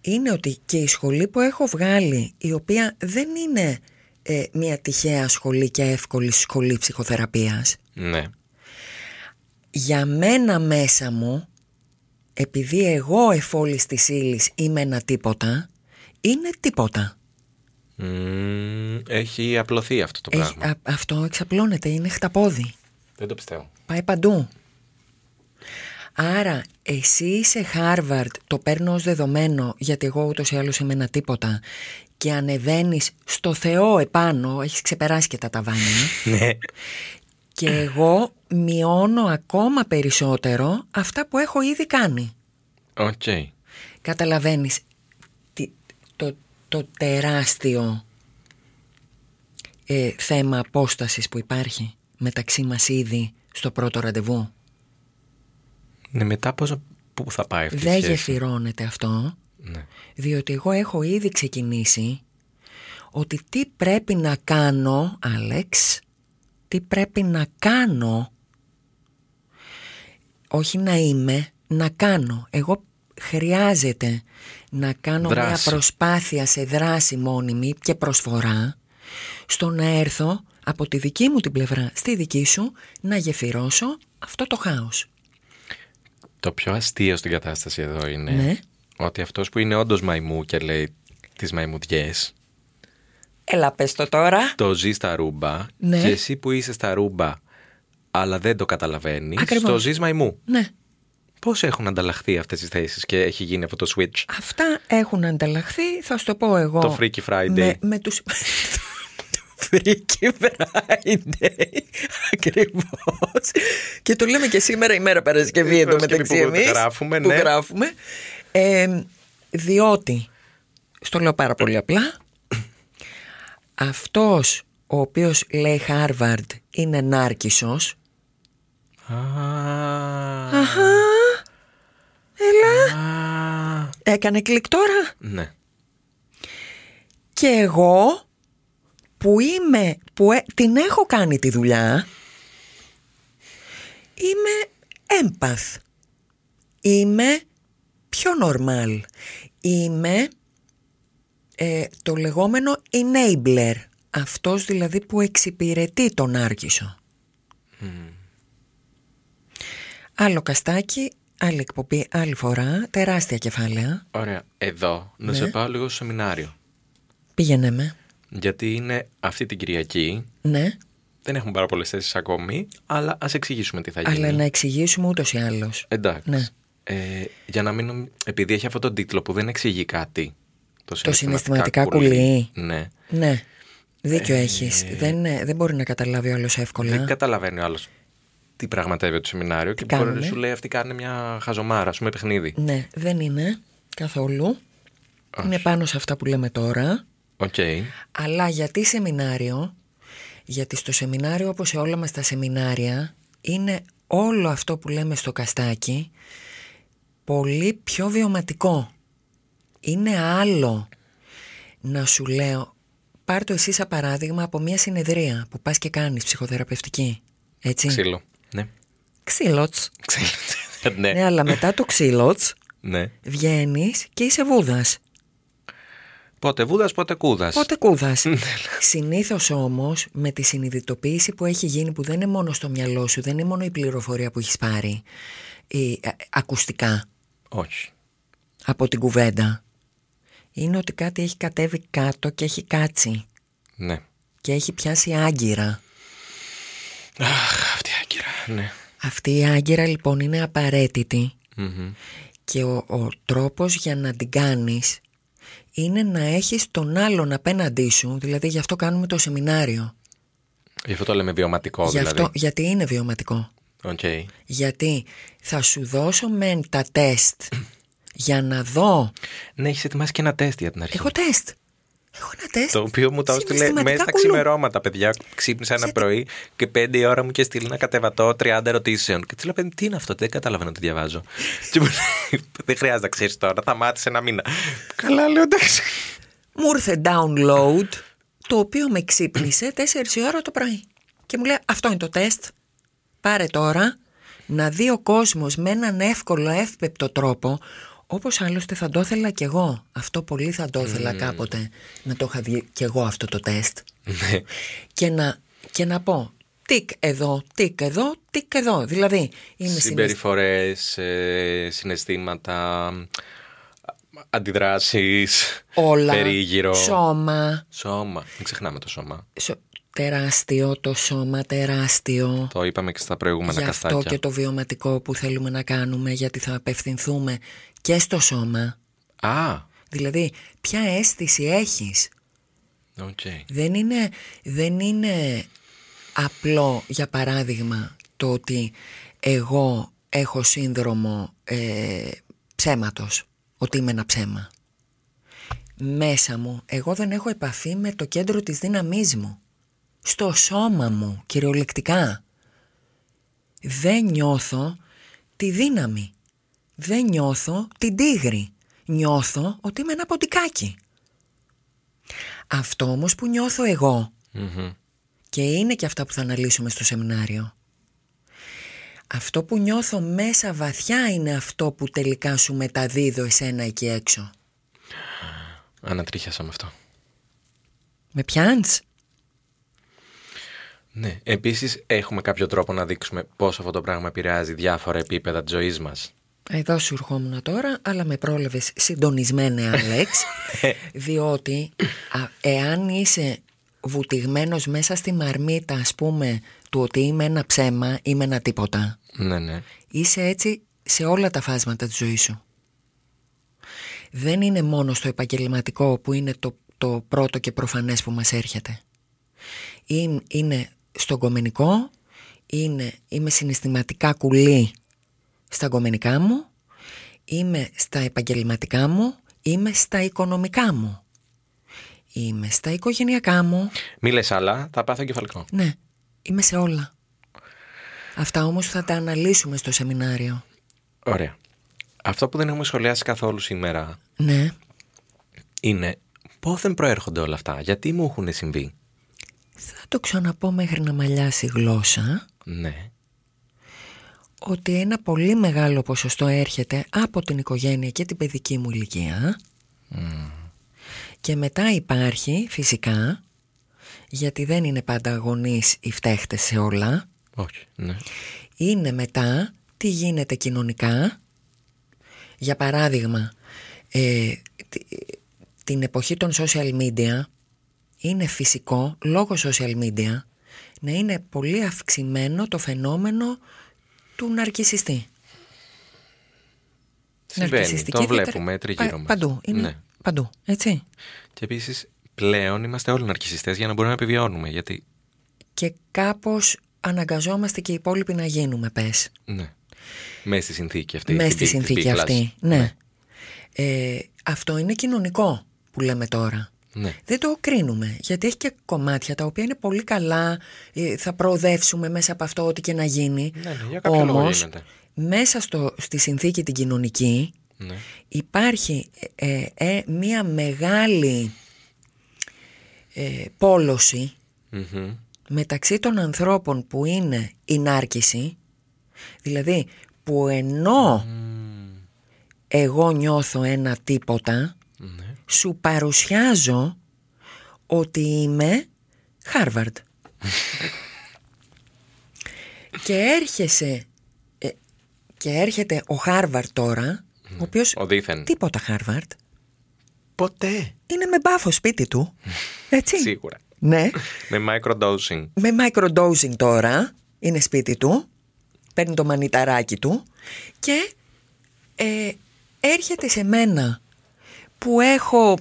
[SPEAKER 4] Είναι ότι και η σχολή που έχω βγάλει, η οποία δεν είναι ε, μια τυχαία σχολή και εύκολη σχολή ψυχοθεραπείας,
[SPEAKER 3] Ναι.
[SPEAKER 4] για μένα μέσα μου, επειδή εγώ εφόλης της ύλης είμαι ένα τίποτα, είναι τίποτα.
[SPEAKER 3] Μμμ, έχει απλωθεί αυτό το
[SPEAKER 4] Έχει-
[SPEAKER 3] πράγμα.
[SPEAKER 4] α- αυτό εξαπλώνεται, είναι χταπόδι.
[SPEAKER 3] Δεν το πιστεύω.
[SPEAKER 4] Πάει παντού. Άρα, εσύ είσαι Χάρβαρντ, το παίρνω ως δεδομένο, γιατί εγώ ούτως ή άλλως είμαι ένα τίποτα, και ανεβαίνεις στο Θεό επάνω, έχεις ξεπεράσει και τα ταβάνια,
[SPEAKER 3] Ναι.
[SPEAKER 4] και εγώ μειώνω ακόμα περισσότερο αυτά που έχω ήδη κάνει.
[SPEAKER 3] Οκ.
[SPEAKER 4] Καταλαβαίνεις τι- το, το τεράστιο ε, θέμα απόστασης που υπάρχει μεταξύ μας ήδη στο πρώτο ραντεβού.
[SPEAKER 3] Ναι, μετά πόσο. Πού θα πάει αυτή η
[SPEAKER 4] Δεν
[SPEAKER 3] σχέση.
[SPEAKER 4] γεφυρώνεται αυτό,
[SPEAKER 3] Ναι.
[SPEAKER 4] διότι εγώ έχω ήδη ξεκινήσει ότι τι πρέπει να κάνω, Άλεξ, τι πρέπει να κάνω, όχι να είμαι, να κάνω. Εγώ χρειάζεται να κάνω μια
[SPEAKER 3] Δράση.
[SPEAKER 4] προσπάθεια σε δράση μόνιμη και προσφορά στο να έρθω από τη δική μου την πλευρά στη δική σου να γεφυρώσω αυτό το χάος.
[SPEAKER 3] Το πιο αστείο στην κατάσταση εδώ είναι
[SPEAKER 4] Ναι.
[SPEAKER 3] ότι αυτός που είναι όντως μαϊμού και λέει τις μαϊμουδιές,
[SPEAKER 4] Έλα πες το τώρα.
[SPEAKER 3] το ζει στα ρούμπα.
[SPEAKER 4] Ναι.
[SPEAKER 3] Και εσύ που είσαι στα ρούμπα, αλλά δεν το καταλαβαίνεις,
[SPEAKER 4] Ακριβώς.
[SPEAKER 3] το ζεις μαϊμού.
[SPEAKER 4] Ναι.
[SPEAKER 3] Πώς έχουν ανταλλαχθεί αυτές τι θέσεις και έχει γίνει αυτό το switch.
[SPEAKER 4] Αυτά έχουν ανταλλαχθεί, θα σου το πω εγώ.
[SPEAKER 3] Το Freaky Friday.
[SPEAKER 4] Με, με τους... το Freaky Friday, ακριβώς. Και το λέμε και σήμερα η μέρα Παρασκευή
[SPEAKER 3] Η
[SPEAKER 4] εδώ
[SPEAKER 3] Ε, Παρασκευή
[SPEAKER 4] μεταξύ
[SPEAKER 3] που
[SPEAKER 4] εμείς.
[SPEAKER 3] γράφουμε,
[SPEAKER 4] που
[SPEAKER 3] ναι.
[SPEAKER 4] γράφουμε. Ε, διότι, στο λέω πάρα πολύ απλά, αυτός ο οποίος λέει Χάρβαρντ είναι νάρκισσος,
[SPEAKER 3] Α,
[SPEAKER 4] έλα,
[SPEAKER 3] α,
[SPEAKER 4] έκανε κλικ τώρα.
[SPEAKER 3] ναι.
[SPEAKER 4] Και εγώ που είμαι, που ε- την έχω κάνει τη δουλειά, είμαι έμπαθ. Είμαι πιο normal. Είμαι ε, το λεγόμενο enabler. Αυτός δηλαδή που εξυπηρετεί τον Άργησο. Άλλο καστάκι, άλλη εκπομπή, άλλη φορά, τεράστια κεφάλαια.
[SPEAKER 3] Ωραία. Εδώ να
[SPEAKER 4] Ναι.
[SPEAKER 3] σε πάω λίγο στο σεμινάριο.
[SPEAKER 4] Πήγαινε με.
[SPEAKER 3] Γιατί είναι αυτή την Κυριακή.
[SPEAKER 4] Ναι.
[SPEAKER 3] Δεν έχουμε πάρα πολλές θέσεις ακόμη, αλλά ας εξηγήσουμε τι θα γίνει.
[SPEAKER 4] Αλλά να εξηγήσουμε ούτως ή άλλως.
[SPEAKER 3] Εντάξει.
[SPEAKER 4] Ναι.
[SPEAKER 3] Ε, για να μην. νομι- Επειδή έχει αυτόν τον τίτλο που δεν εξηγεί κάτι. Το,
[SPEAKER 4] συναισθηματικά κουλή.
[SPEAKER 3] Ναι.
[SPEAKER 4] Ναι. Δίκιο έχεις. έχεις. Δεν, ε, δεν μπορεί να καταλάβει όλο εύκολα.
[SPEAKER 3] Δεν καταλαβαίνει ο άλλος τι πραγματεύεται το σεμινάριο και μπορεί
[SPEAKER 4] κάνουνε.
[SPEAKER 3] να σου λέει αυτή κάνει μια χαζομάρα, ας πούμε παιχνίδι.
[SPEAKER 4] Ναι, δεν είναι καθόλου. Είναι πάνω σε αυτά που λέμε τώρα.
[SPEAKER 3] Οκ.
[SPEAKER 4] Αλλά γιατί σεμινάριο. Γιατί στο σεμινάριο, όπως σε όλα μας τα σεμινάρια, είναι όλο αυτό που λέμε στο καστάκι πολύ πιο βιωματικό. Είναι άλλο να σου λέω, πάρ το εσύ σαν παράδειγμα από μια συνεδρία που πας και κάνεις ψυχοθεραπευτική. Έτσι.
[SPEAKER 3] Ξύλο. Ναι.
[SPEAKER 4] Ξύλοτς.
[SPEAKER 3] Ξύλο.
[SPEAKER 4] Ναι,
[SPEAKER 3] ναι.
[SPEAKER 4] αλλά μετά το ξύλοτς
[SPEAKER 3] ναι.
[SPEAKER 4] βγαίνεις και είσαι βούδας.
[SPEAKER 3] Πότε βούδας, πότε κούδας.
[SPEAKER 4] Πότε κούδας. Συνήθως όμως με τη συνειδητοποίηση που έχει γίνει, που δεν είναι μόνο στο μυαλό σου, δεν είναι μόνο η πληροφορία που έχεις πάρει η, α, ακουστικά
[SPEAKER 3] Όχι.
[SPEAKER 4] από την κουβέντα, είναι ότι κάτι έχει κατέβει κάτω και έχει κάτσει
[SPEAKER 3] Ναι.
[SPEAKER 4] και έχει πιάσει άγκυρα.
[SPEAKER 3] Αχ, αυτή η άγκυρα. Ναι.
[SPEAKER 4] Αυτή η άγκυρα λοιπόν είναι απαραίτητη
[SPEAKER 3] Μμμ.
[SPEAKER 4] και ο, ο τρόπος για να την κάνεις είναι να έχεις τον άλλον απέναντί σου, δηλαδή γι' αυτό κάνουμε το σεμινάριο.
[SPEAKER 3] Γι' αυτό το λέμε βιωματικό
[SPEAKER 4] γι' αυτό,
[SPEAKER 3] δηλαδή.
[SPEAKER 4] γιατί είναι βιωματικό.
[SPEAKER 3] Οκ.
[SPEAKER 4] Γιατί θα σου δώσω μεν τα τεστ για να δω.
[SPEAKER 3] Ναι, έχεις ετοιμάσει και ένα τεστ για την αρχή.
[SPEAKER 4] Έχω τεστ. Έχω ένα τεστ.
[SPEAKER 3] Το οποίο μου τα έστειλε
[SPEAKER 4] συναισθηματικά
[SPEAKER 3] μέσα στα
[SPEAKER 4] κουλού.
[SPEAKER 3] ξημερώματα, παιδιά. Ξύπνησα ένα
[SPEAKER 4] Σε-
[SPEAKER 3] πρωί και πέντε η ώρα μου και στείλει ένα κατεβατό 30 ερωτήσεων. Και της λέω, παιδί, τι είναι αυτό, δεν καταλαβαίνω τι διαβάζω. και μου λέει, δεν χρειάζεται να ξέρεις τώρα, θα μάθεις ένα μήνα. Καλά, λέω, εντάξει.
[SPEAKER 4] Μου ήρθε download, το οποίο με ξύπνησε 4 η ώρα το πρωί. Και μου λέει, αυτό είναι το τεστ. Πάρε τώρα να δει ο κόσμος με έναν εύκολο, εύπεπτο τρόπο, όπως άλλωστε θα το ήθελα κι εγώ. Αυτό πολύ θα το ήθελα κάποτε, να το είχα βγει κι εγώ αυτό το τεστ.
[SPEAKER 3] Ναι.
[SPEAKER 4] και να, και να πω τικ εδώ, τικ εδώ, τικ εδώ. Δηλαδή είμαι συναισθηματική.
[SPEAKER 3] Συμπεριφορές, ε, συναισθήματα, αντιδράσεις.
[SPEAKER 4] Όλα.
[SPEAKER 3] Περίγυρο.
[SPEAKER 4] Σώμα.
[SPEAKER 3] Σώμα. Μην ξεχνάμε το σώμα.
[SPEAKER 4] σω- τεράστιο το σώμα, τεράστιο.
[SPEAKER 3] Το είπαμε και στα προηγούμενα
[SPEAKER 4] Γι' αυτό
[SPEAKER 3] καστάκια.
[SPEAKER 4] και το βιωματικό που θέλουμε να κάνουμε, γιατί θα απευθυνθούμε και στο σώμα.
[SPEAKER 3] Α,
[SPEAKER 4] Δηλαδή, ποια αίσθηση έχεις.
[SPEAKER 3] οκ.
[SPEAKER 4] Δεν είναι, δεν είναι απλό, για παράδειγμα, το ότι εγώ έχω σύνδρομο ε, ψέματος, ότι είμαι ένα ψέμα. Μέσα μου, εγώ δεν έχω επαφή με το κέντρο της δύναμής μου. Στο σώμα μου, κυριολεκτικά. Δεν νιώθω τη δύναμη. Δεν νιώθω την τίγρη. Νιώθω ότι είμαι ένα ποντικάκι. Αυτό όμως που νιώθω εγώ
[SPEAKER 3] Μμμ.
[SPEAKER 4] και είναι και αυτά που θα αναλύσουμε στο σεμινάριο. Αυτό που νιώθω μέσα βαθιά είναι αυτό που τελικά σου μεταδίδω εσένα εκεί έξω.
[SPEAKER 3] Ανατρίχιασα με αυτό.
[SPEAKER 4] Με πιάνς?
[SPEAKER 3] Ναι. Επίσης, έχουμε κάποιο τρόπο να δείξουμε πώ αυτό το πράγμα επηρεάζει διάφορα επίπεδα της ζωής μας.
[SPEAKER 4] Εδώ σου ερχόμουν τώρα, αλλά με πρόλαβες συντονισμένε, Άλεξ, διότι α, εάν είσαι βουτυγμένος μέσα στη μαρμίτα, ας πούμε, του ότι είμαι ένα ψέμα, είμαι ένα τίποτα,
[SPEAKER 3] Ναι, ναι.
[SPEAKER 4] Είσαι έτσι σε όλα τα φάσματα της ζωής σου. Δεν είναι μόνο στο επαγγελματικό που είναι το, το πρώτο και προφανές που μας έρχεται. Είναι, είναι στο κομμενικό, είναι, είμαι συναισθηματικά κουλή στα κομμενικά μου, είμαι στα επαγγελματικά μου, είμαι στα οικονομικά μου. Είμαι στα οικογενειακά μου,
[SPEAKER 3] Μη λες άλλα, θα πάθω κεφαλικό.
[SPEAKER 4] ναι, είμαι σε όλα. Αυτά όμως θα τα αναλύσουμε στο σεμινάριο.
[SPEAKER 3] Ωραία. Αυτό που δεν έχουμε σχολιάσει καθόλου σήμερα
[SPEAKER 4] Ναι.
[SPEAKER 3] είναι πόθεν προέρχονται όλα αυτά, γιατί μου έχουν συμβεί.
[SPEAKER 4] Θα το ξαναπώ μέχρι να μαλλιάσει η γλώσσα
[SPEAKER 3] Ναι.
[SPEAKER 4] ότι ένα πολύ μεγάλο ποσοστό έρχεται από την οικογένεια και την παιδική μου ηλικία και μετά υπάρχει φυσικά γιατί δεν είναι πάντα αγωνείς οι φταίχτες σε όλα
[SPEAKER 3] Όχι. Ναι.
[SPEAKER 4] είναι μετά τι γίνεται κοινωνικά. Για παράδειγμα, ε, τι- την εποχή των social media είναι φυσικό, λόγω social media, να είναι πολύ αυξημένο το φαινόμενο του ναρκισιστή.
[SPEAKER 3] Συμβαίνει.
[SPEAKER 4] Ναρκισιστική
[SPEAKER 3] Το
[SPEAKER 4] διτρα-
[SPEAKER 3] βλέπουμε τριγύρω
[SPEAKER 4] πα-
[SPEAKER 3] μας.
[SPEAKER 4] Παντού, είναι
[SPEAKER 3] Ναι.
[SPEAKER 4] παντού, έτσι.
[SPEAKER 3] Και επίσης, πλέον είμαστε όλοι ναρκιστέ για να μπορούμε να επιβιώνουμε. Γιατί.
[SPEAKER 4] Και κάπως αναγκαζόμαστε και οι υπόλοιποι να γίνουμε, πες.
[SPEAKER 3] Ναι. Μέσα στη συνθήκη αυτή. την
[SPEAKER 4] Μες στη
[SPEAKER 3] πί- την
[SPEAKER 4] συνθήκη
[SPEAKER 3] πίκλας.
[SPEAKER 4] αυτή. Ναι. Ε, αυτό είναι κοινωνικό που λέμε τώρα.
[SPEAKER 3] Ναι.
[SPEAKER 4] Δεν το κρίνουμε, γιατί έχει και κομμάτια τα οποία είναι πολύ καλά, ε, θα προοδεύσουμε μέσα από αυτό ό,τι και να γίνει.
[SPEAKER 3] Ναι, ναι, για κάποιο λόγο
[SPEAKER 4] Όμως,
[SPEAKER 3] γίνεται.
[SPEAKER 4] μέσα στο, στη συνθήκη την κοινωνική
[SPEAKER 3] ναι.
[SPEAKER 4] υπάρχει ε, ε, μία μεγάλη ε, πόλωση
[SPEAKER 3] ναι. Μμμ.
[SPEAKER 4] μεταξύ των ανθρώπων που είναι η νάρκηση, δηλαδή που ενώ εγώ νιώθω ένα τίποτα,
[SPEAKER 3] Ναι.
[SPEAKER 4] σου παρουσιάζω ότι είμαι Χάρβαρντ. και έρχεσαι, ε, και έρχεται ο Χάρβαρντ τώρα, ο οποίος
[SPEAKER 3] Ο δήθεν.
[SPEAKER 4] τίποτα Χάρβαρντ,
[SPEAKER 3] Ποτέ.
[SPEAKER 4] είναι με μπάφο σπίτι του, έτσι.
[SPEAKER 3] Σίγουρα.
[SPEAKER 4] Ναι.
[SPEAKER 3] Με microdosing.
[SPEAKER 4] με microdosing τώρα, είναι σπίτι του, παίρνει το μανιταράκι του και ε, έρχεται σε μένα που έχω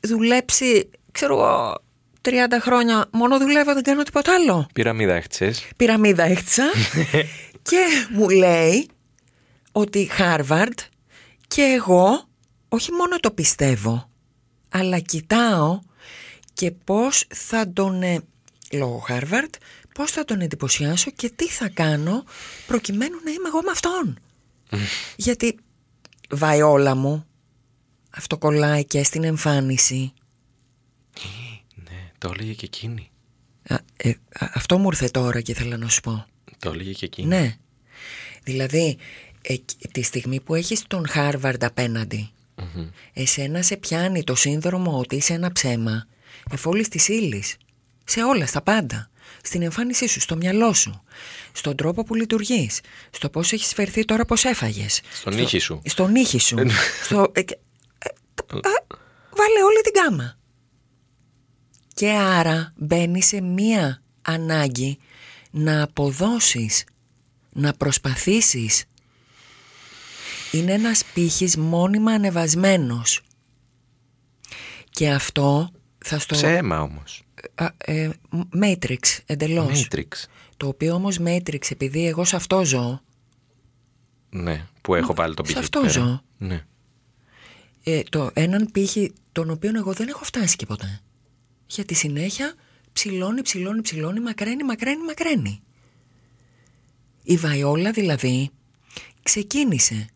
[SPEAKER 4] δουλέψει, ξέρω εγώ, 30 χρόνια, μόνο δουλεύω, δεν κάνω τίποτα άλλο.
[SPEAKER 3] Πυραμίδα έχτσες.
[SPEAKER 4] Πυραμίδα έχτισα και μου λέει ότι Χάρβαρντ και εγώ όχι μόνο το πιστεύω, αλλά κοιτάω και πώς θα τον, ε, λόγω Χάρβαρντ, πώς θα τον εντυπωσιάσω και τι θα κάνω προκειμένου να είμαι εγώ με αυτόν. Γιατί βαϊόλα μου, αυτό κολλάει και στην εμφάνιση.
[SPEAKER 3] Ναι, το έλεγε και εκείνη.
[SPEAKER 4] Α, ε, α, αυτό μου ήρθε τώρα και ήθελα να σου πω.
[SPEAKER 3] Το έλεγε και εκείνη.
[SPEAKER 4] Ναι. Δηλαδή, εκ- τη στιγμή που έχεις τον Χάρβαρντ απέναντι,
[SPEAKER 3] Μμμ.
[SPEAKER 4] εσένα σε πιάνει το σύνδρομο ότι είσαι ένα ψέμα εφόλης της ύλης. Σε όλα, στα πάντα. Στην εμφάνισή σου, στο μυαλό σου, στον τρόπο που λειτουργείς, στο πώς έχεις φερθεί τώρα πώς έφαγες.
[SPEAKER 3] Στον ήχη σου.
[SPEAKER 4] Στον ήχη σου. στο, ε, και- ε, τ- α, βάλε όλη την κάμα. Και άρα μπαίνει σε μία ανάγκη να αποδώσεις, να προσπαθήσεις. Είναι ένας πύχης μόνιμα ανεβασμένος. Και αυτό θα στο...
[SPEAKER 3] Ψέμα όμως.
[SPEAKER 4] Α, ε, Matrix εντελώς.
[SPEAKER 3] Matrix.
[SPEAKER 4] Το οποίο όμως Matrix επειδή εγώ σε αυτό ζω,
[SPEAKER 3] Ναι, που έχω βάλει τον
[SPEAKER 4] σε
[SPEAKER 3] πύχη.
[SPEAKER 4] αυτό
[SPEAKER 3] εκεί πέρα.
[SPEAKER 4] ζω.
[SPEAKER 3] Ναι.
[SPEAKER 4] ε, το, έναν πύχη τον οποίο εγώ δεν έχω φτάσει και ποτέ. Γιατί συνέχεια ψηλώνει, ψηλώνει, ψηλώνει, μακραίνει, μακραίνει, μακραίνει. Η Βαϊόλα δηλαδή ξεκίνησε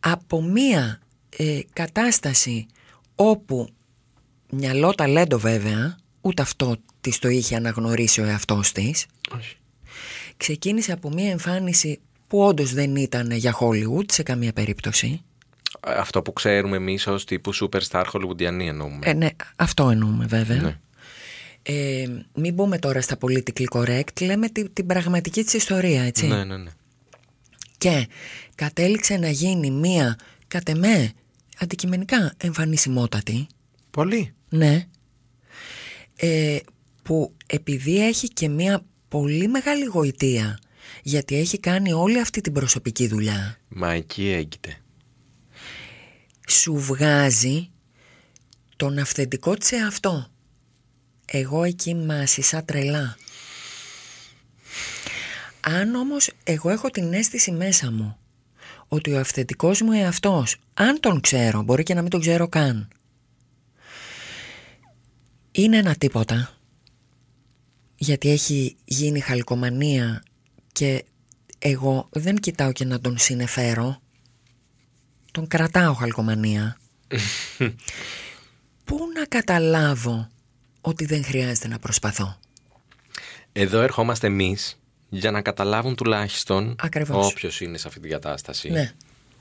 [SPEAKER 4] από μία ε, κατάσταση όπου μυαλό ταλέντο βέβαια, ούτε αυτό της το είχε αναγνωρίσει ο εαυτός της,
[SPEAKER 3] Όχι.
[SPEAKER 4] ξεκίνησε από μία εμφάνιση που όντως δεν ήταν για Hollywood σε καμία περίπτωση.
[SPEAKER 3] Αυτό που ξέρουμε εμείς ως τύπου superstar Hollywoodianή εννοούμε.
[SPEAKER 4] Ε, ναι, αυτό εννοούμε βέβαια.
[SPEAKER 3] Ναι.
[SPEAKER 4] Ε, μην μπούμε τώρα στα politically correct, λέμε την, την πραγματική της ιστορία, έτσι.
[SPEAKER 3] ναι, ναι, ναι.
[SPEAKER 4] Και κατέληξε να γίνει μία, κατ' εμέ, αντικειμενικά εμφανίσιμότατη,
[SPEAKER 3] Πολύ.
[SPEAKER 4] ναι, ε, που επειδή έχει και μία πολύ μεγάλη γοητεία, γιατί έχει κάνει όλη αυτή την προσωπική δουλειά,
[SPEAKER 3] Μα εκεί έγκυται.
[SPEAKER 4] σου βγάζει τον αυθεντικό της εαυτό. Εγώ εκεί μάσησα τρελά. Αν όμως εγώ έχω την αίσθηση μέσα μου ότι ο αυθεντικός μου εαυτός, αν τον ξέρω, μπορεί και να μην τον ξέρω καν, είναι ένα τίποτα, γιατί έχει γίνει χαλκομανία και εγώ δεν κοιτάω και να τον συνεφέρω, τον κρατάω χαλκομανία. Πού να καταλάβω ότι δεν χρειάζεται να προσπαθώ.
[SPEAKER 3] Εδώ ερχόμαστε εμείς για να καταλάβουν τουλάχιστον
[SPEAKER 4] Ακριβώς.
[SPEAKER 3] όποιος είναι σε αυτή την κατάσταση
[SPEAKER 4] Ναι,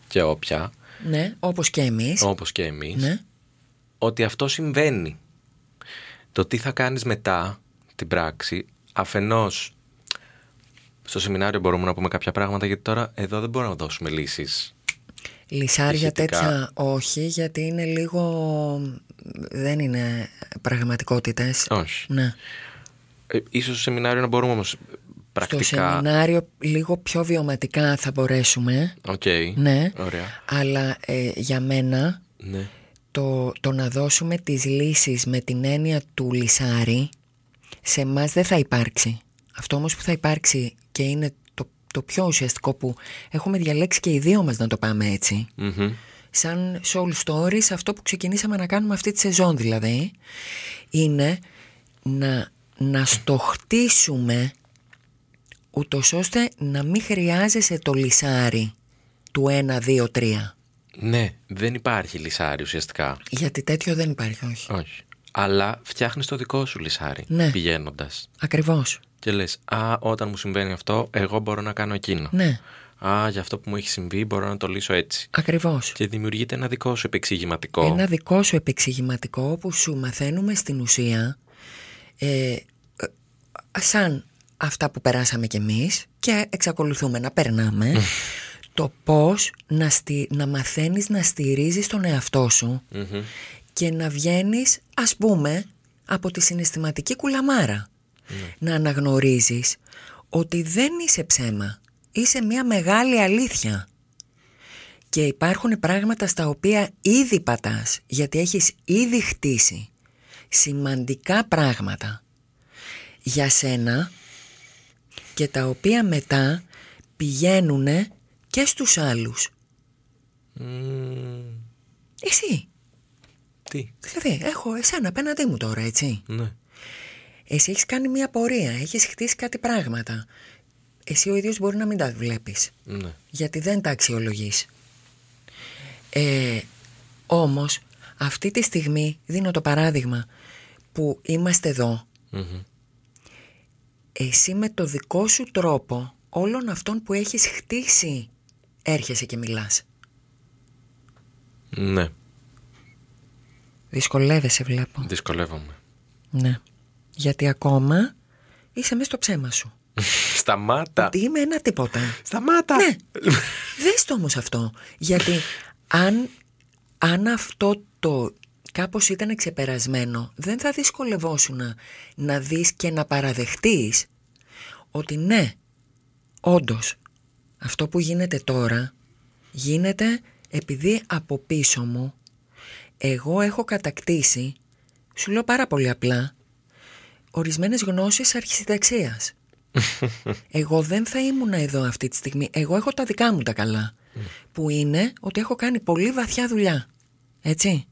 [SPEAKER 3] και όποια,
[SPEAKER 4] ναι, όπως και εμείς.
[SPEAKER 3] όπως και εμείς,
[SPEAKER 4] Ναι,
[SPEAKER 3] ότι αυτό συμβαίνει. Το τι θα κάνεις μετά την πράξη, αφενός στο σεμινάριο μπορούμε να πούμε κάποια πράγματα γιατί τώρα εδώ δεν μπορούμε να δώσουμε λύσεις.
[SPEAKER 4] λυσάρια
[SPEAKER 3] Ηχητικά.
[SPEAKER 4] τέτοια όχι, γιατί είναι λίγο... δεν είναι πραγματικότητες.
[SPEAKER 3] Όχι.
[SPEAKER 4] Ναι.
[SPEAKER 3] Ε, ίσως στο σεμινάριο να μπορούμε όμως πρακτικά...
[SPEAKER 4] Στο σεμινάριο λίγο πιο βιωματικά θα μπορέσουμε.
[SPEAKER 3] Οκ.
[SPEAKER 4] Ναι.
[SPEAKER 3] Ωραία.
[SPEAKER 4] Αλλά ε, για μένα
[SPEAKER 3] Ναι.
[SPEAKER 4] το, το να δώσουμε τις λύσεις με την έννοια του λυσάρι σε μας δεν θα υπάρξει. Αυτό όμως που θα υπάρξει και είναι το, το πιο ουσιαστικό που έχουμε διαλέξει και οι δύο μας να το πάμε έτσι.
[SPEAKER 3] Μμμ.
[SPEAKER 4] Σαν soul stories αυτό που ξεκινήσαμε να κάνουμε αυτή τη σεζόν δηλαδή είναι να, να στοχτίσουμε ούτως ώστε να μην χρειάζεσαι το λυσάρι του 1, 2, 3.
[SPEAKER 3] Ναι, δεν υπάρχει λυσάρι ουσιαστικά.
[SPEAKER 4] Γιατί τέτοιο δεν υπάρχει, όχι.
[SPEAKER 3] Όχι. Αλλά φτιάχνεις το δικό σου λυσάρι
[SPEAKER 4] Ναι.
[SPEAKER 3] πηγαίνοντας.
[SPEAKER 4] Ακριβώς.
[SPEAKER 3] Και λες, Α, όταν μου συμβαίνει αυτό, εγώ μπορώ να κάνω εκείνο.
[SPEAKER 4] Ναι.
[SPEAKER 3] Α, για αυτό που μου έχει συμβεί μπορώ να το λύσω έτσι.
[SPEAKER 4] Ακριβώς.
[SPEAKER 3] Και δημιουργείται ένα δικό σου επεξηγηματικό.
[SPEAKER 4] Ένα δικό σου επεξηγηματικό που σου μαθαίνουμε στην ουσία ε, ε, σαν αυτά που περάσαμε κι εμείς και εξακολουθούμε να περνάμε το πώς να, στη, να μαθαίνεις να στηρίζεις τον εαυτό σου
[SPEAKER 3] Μμμ.
[SPEAKER 4] και να βγαίνεις ας πούμε από τη συναισθηματική κουλαμάρα να αναγνωρίζεις ότι δεν είσαι ψέμα είσαι μια μεγάλη αλήθεια και υπάρχουν πράγματα στα οποία ήδη πατάς γιατί έχεις ήδη χτίσει σημαντικά πράγματα για σένα και τα οποία μετά πηγαίνουν και στους άλλους.
[SPEAKER 3] Μμμ.
[SPEAKER 4] Εσύ.
[SPEAKER 3] Τι.
[SPEAKER 4] Δηλαδή, έχω εσένα απέναντί μου τώρα, έτσι.
[SPEAKER 3] Ναι.
[SPEAKER 4] Εσύ έχεις κάνει μια πορεία, έχεις χτίσει κάτι πράγματα. Εσύ ο ίδιος μπορεί να μην τα βλέπεις,
[SPEAKER 3] Ναι.
[SPEAKER 4] γιατί δεν τα αξιολογείς. Ε, όμως, αυτή τη στιγμή, δίνω το παράδειγμα, που είμαστε εδώ,
[SPEAKER 3] Μμμ.
[SPEAKER 4] εσύ με το δικό σου τρόπο όλων αυτών που έχεις χτίσει έρχεσαι και μιλάς.
[SPEAKER 3] Ναι.
[SPEAKER 4] Δυσκολεύεσαι βλέπω.
[SPEAKER 3] Δυσκολεύομαι.
[SPEAKER 4] Ναι. Γιατί ακόμα είσαι μέσα στο ψέμα σου.
[SPEAKER 3] Σταμάτα.
[SPEAKER 4] Ότι είμαι ένα τίποτα.
[SPEAKER 3] Σταμάτα.
[SPEAKER 4] Ναι. Δες το όμως αυτό. Γιατί αν, αν αυτό το κάπως ήταν ξεπερασμένο, δεν θα δυσκολευόσουν να, να δεις και να παραδεχτείς ότι ναι, όντως, αυτό που γίνεται τώρα γίνεται επειδή από πίσω μου εγώ έχω κατακτήσει, σου λέω πάρα πολύ απλά, ορισμένες γνώσεις αρχισυνταξίας. Εγώ δεν θα ήμουν εδώ αυτή τη στιγμή. Εγώ έχω τα δικά μου τα καλά. Που είναι ότι έχω κάνει πολύ βαθιά δουλειά. Έτσι.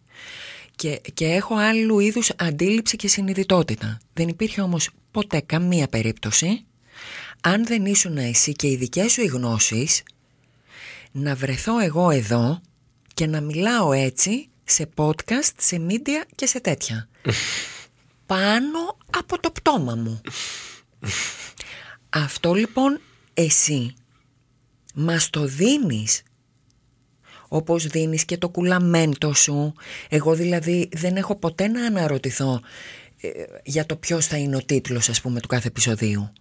[SPEAKER 4] Και, και έχω άλλου είδους αντίληψη και συνειδητότητα. Δεν υπήρχε όμως ποτέ καμία περίπτωση αν δεν ήσουν εσύ και οι δικές σου οι γνώσεις να βρεθώ εγώ εδώ και να μιλάω έτσι σε podcast, σε media και σε τέτοια. Πάνω από το πτώμα μου. Αυτό λοιπόν εσύ μας το δίνεις όπως δίνεις και το κουλαμέντο σου. Εγώ δηλαδή δεν έχω ποτέ να αναρωτηθώ ε, για το ποιος θα είναι ο τίτλος ας πούμε του κάθε επεισοδίου.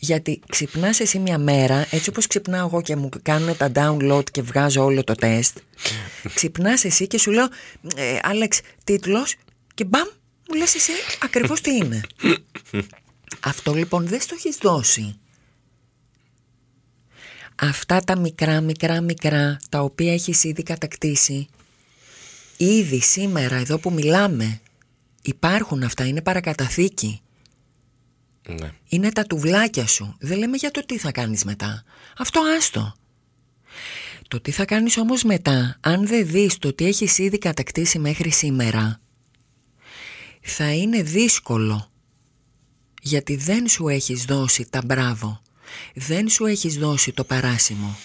[SPEAKER 4] Γιατί ξυπνάς εσύ μια μέρα, έτσι όπως ξυπνάω εγώ και μου κάνουν τα download και βγάζω όλο το τεστ, ξυπνάς εσύ και σου λέω «Ε, Άλεξ τίτλος και μπαμ μου λες εσύ ακριβώς τι είναι. Αυτό λοιπόν δεν στο έχεις δώσει. Αυτά τα μικρά, μικρά, μικρά, τα οποία έχεις ήδη κατακτήσει, ήδη σήμερα εδώ που μιλάμε, υπάρχουν αυτά, είναι παρακαταθήκη.
[SPEAKER 3] Ναι.
[SPEAKER 4] Είναι τα τουβλάκια σου. Δεν λέμε για το τι θα κάνεις μετά. Αυτό άστο. Το τι θα κάνεις όμως μετά, αν δεν δεις το τι έχεις ήδη κατακτήσει μέχρι σήμερα, θα είναι δύσκολο. Γιατί δεν σου έχεις δώσει τα μπράβο. Δεν σου έχεις δώσει το παράσημο.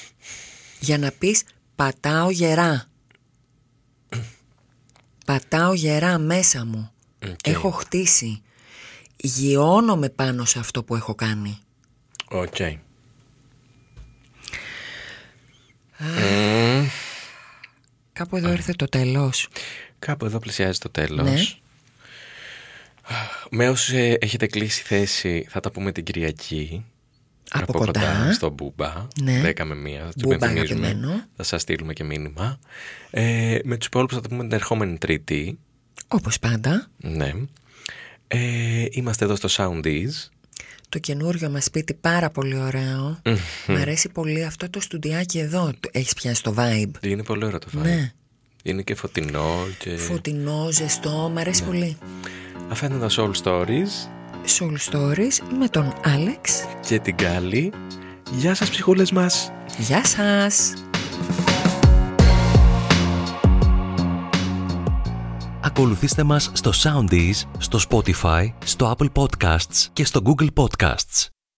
[SPEAKER 4] Για να πεις πατάω γερά. πατάω γερά μέσα μου.
[SPEAKER 3] Οκ.
[SPEAKER 4] Έχω χτίσει. Γιώνομαι πάνω σε αυτό που έχω κάνει.
[SPEAKER 3] Οκ.
[SPEAKER 4] Κάπου εδώ ήρθε το τέλος.
[SPEAKER 3] Κάπου εδώ πλησιάζει το τέλος.
[SPEAKER 4] Ναι.
[SPEAKER 3] Με όσους ε, έχετε κλείσει θέση θα τα πούμε την Κυριακή.
[SPEAKER 4] Από κοντά.
[SPEAKER 3] στο Μπούμπα. 10
[SPEAKER 4] Ναι.
[SPEAKER 3] με 1. Θα του
[SPEAKER 4] Μπούμπα
[SPEAKER 3] υπενθυμίζουμε.
[SPEAKER 4] αγαπημένο.
[SPEAKER 3] Θα σας στείλουμε και μήνυμα. Ε, με τους υπόλοιπους θα τα πούμε την ερχόμενη Τρίτη.
[SPEAKER 4] Όπως πάντα,
[SPEAKER 3] Ναι. Ε, είμαστε εδώ στο Soundees.
[SPEAKER 4] το καινούριο μας σπίτι πάρα πολύ ωραίο. Μ' αρέσει πολύ αυτό το στουντιάκι εδώ. Το- Έχεις πιάσει το vibe.
[SPEAKER 3] Είναι πολύ ωραίο το φάι.
[SPEAKER 4] Ναι.
[SPEAKER 3] Είναι και φωτεινό και...
[SPEAKER 4] Φωτεινό, ζεστό, μ' αρέσει πολύ.
[SPEAKER 3] Αυτά ήταν τα Soul Stories
[SPEAKER 4] Soul Stories με τον Άλεξ.
[SPEAKER 3] και την Κάλλη. Γεια σας ψυχούλες μας!
[SPEAKER 4] Γεια σας!
[SPEAKER 1] Ακολουθήστε μας στο Soundees, στο Spotify, στο Apple Podcasts και στο Google Podcasts.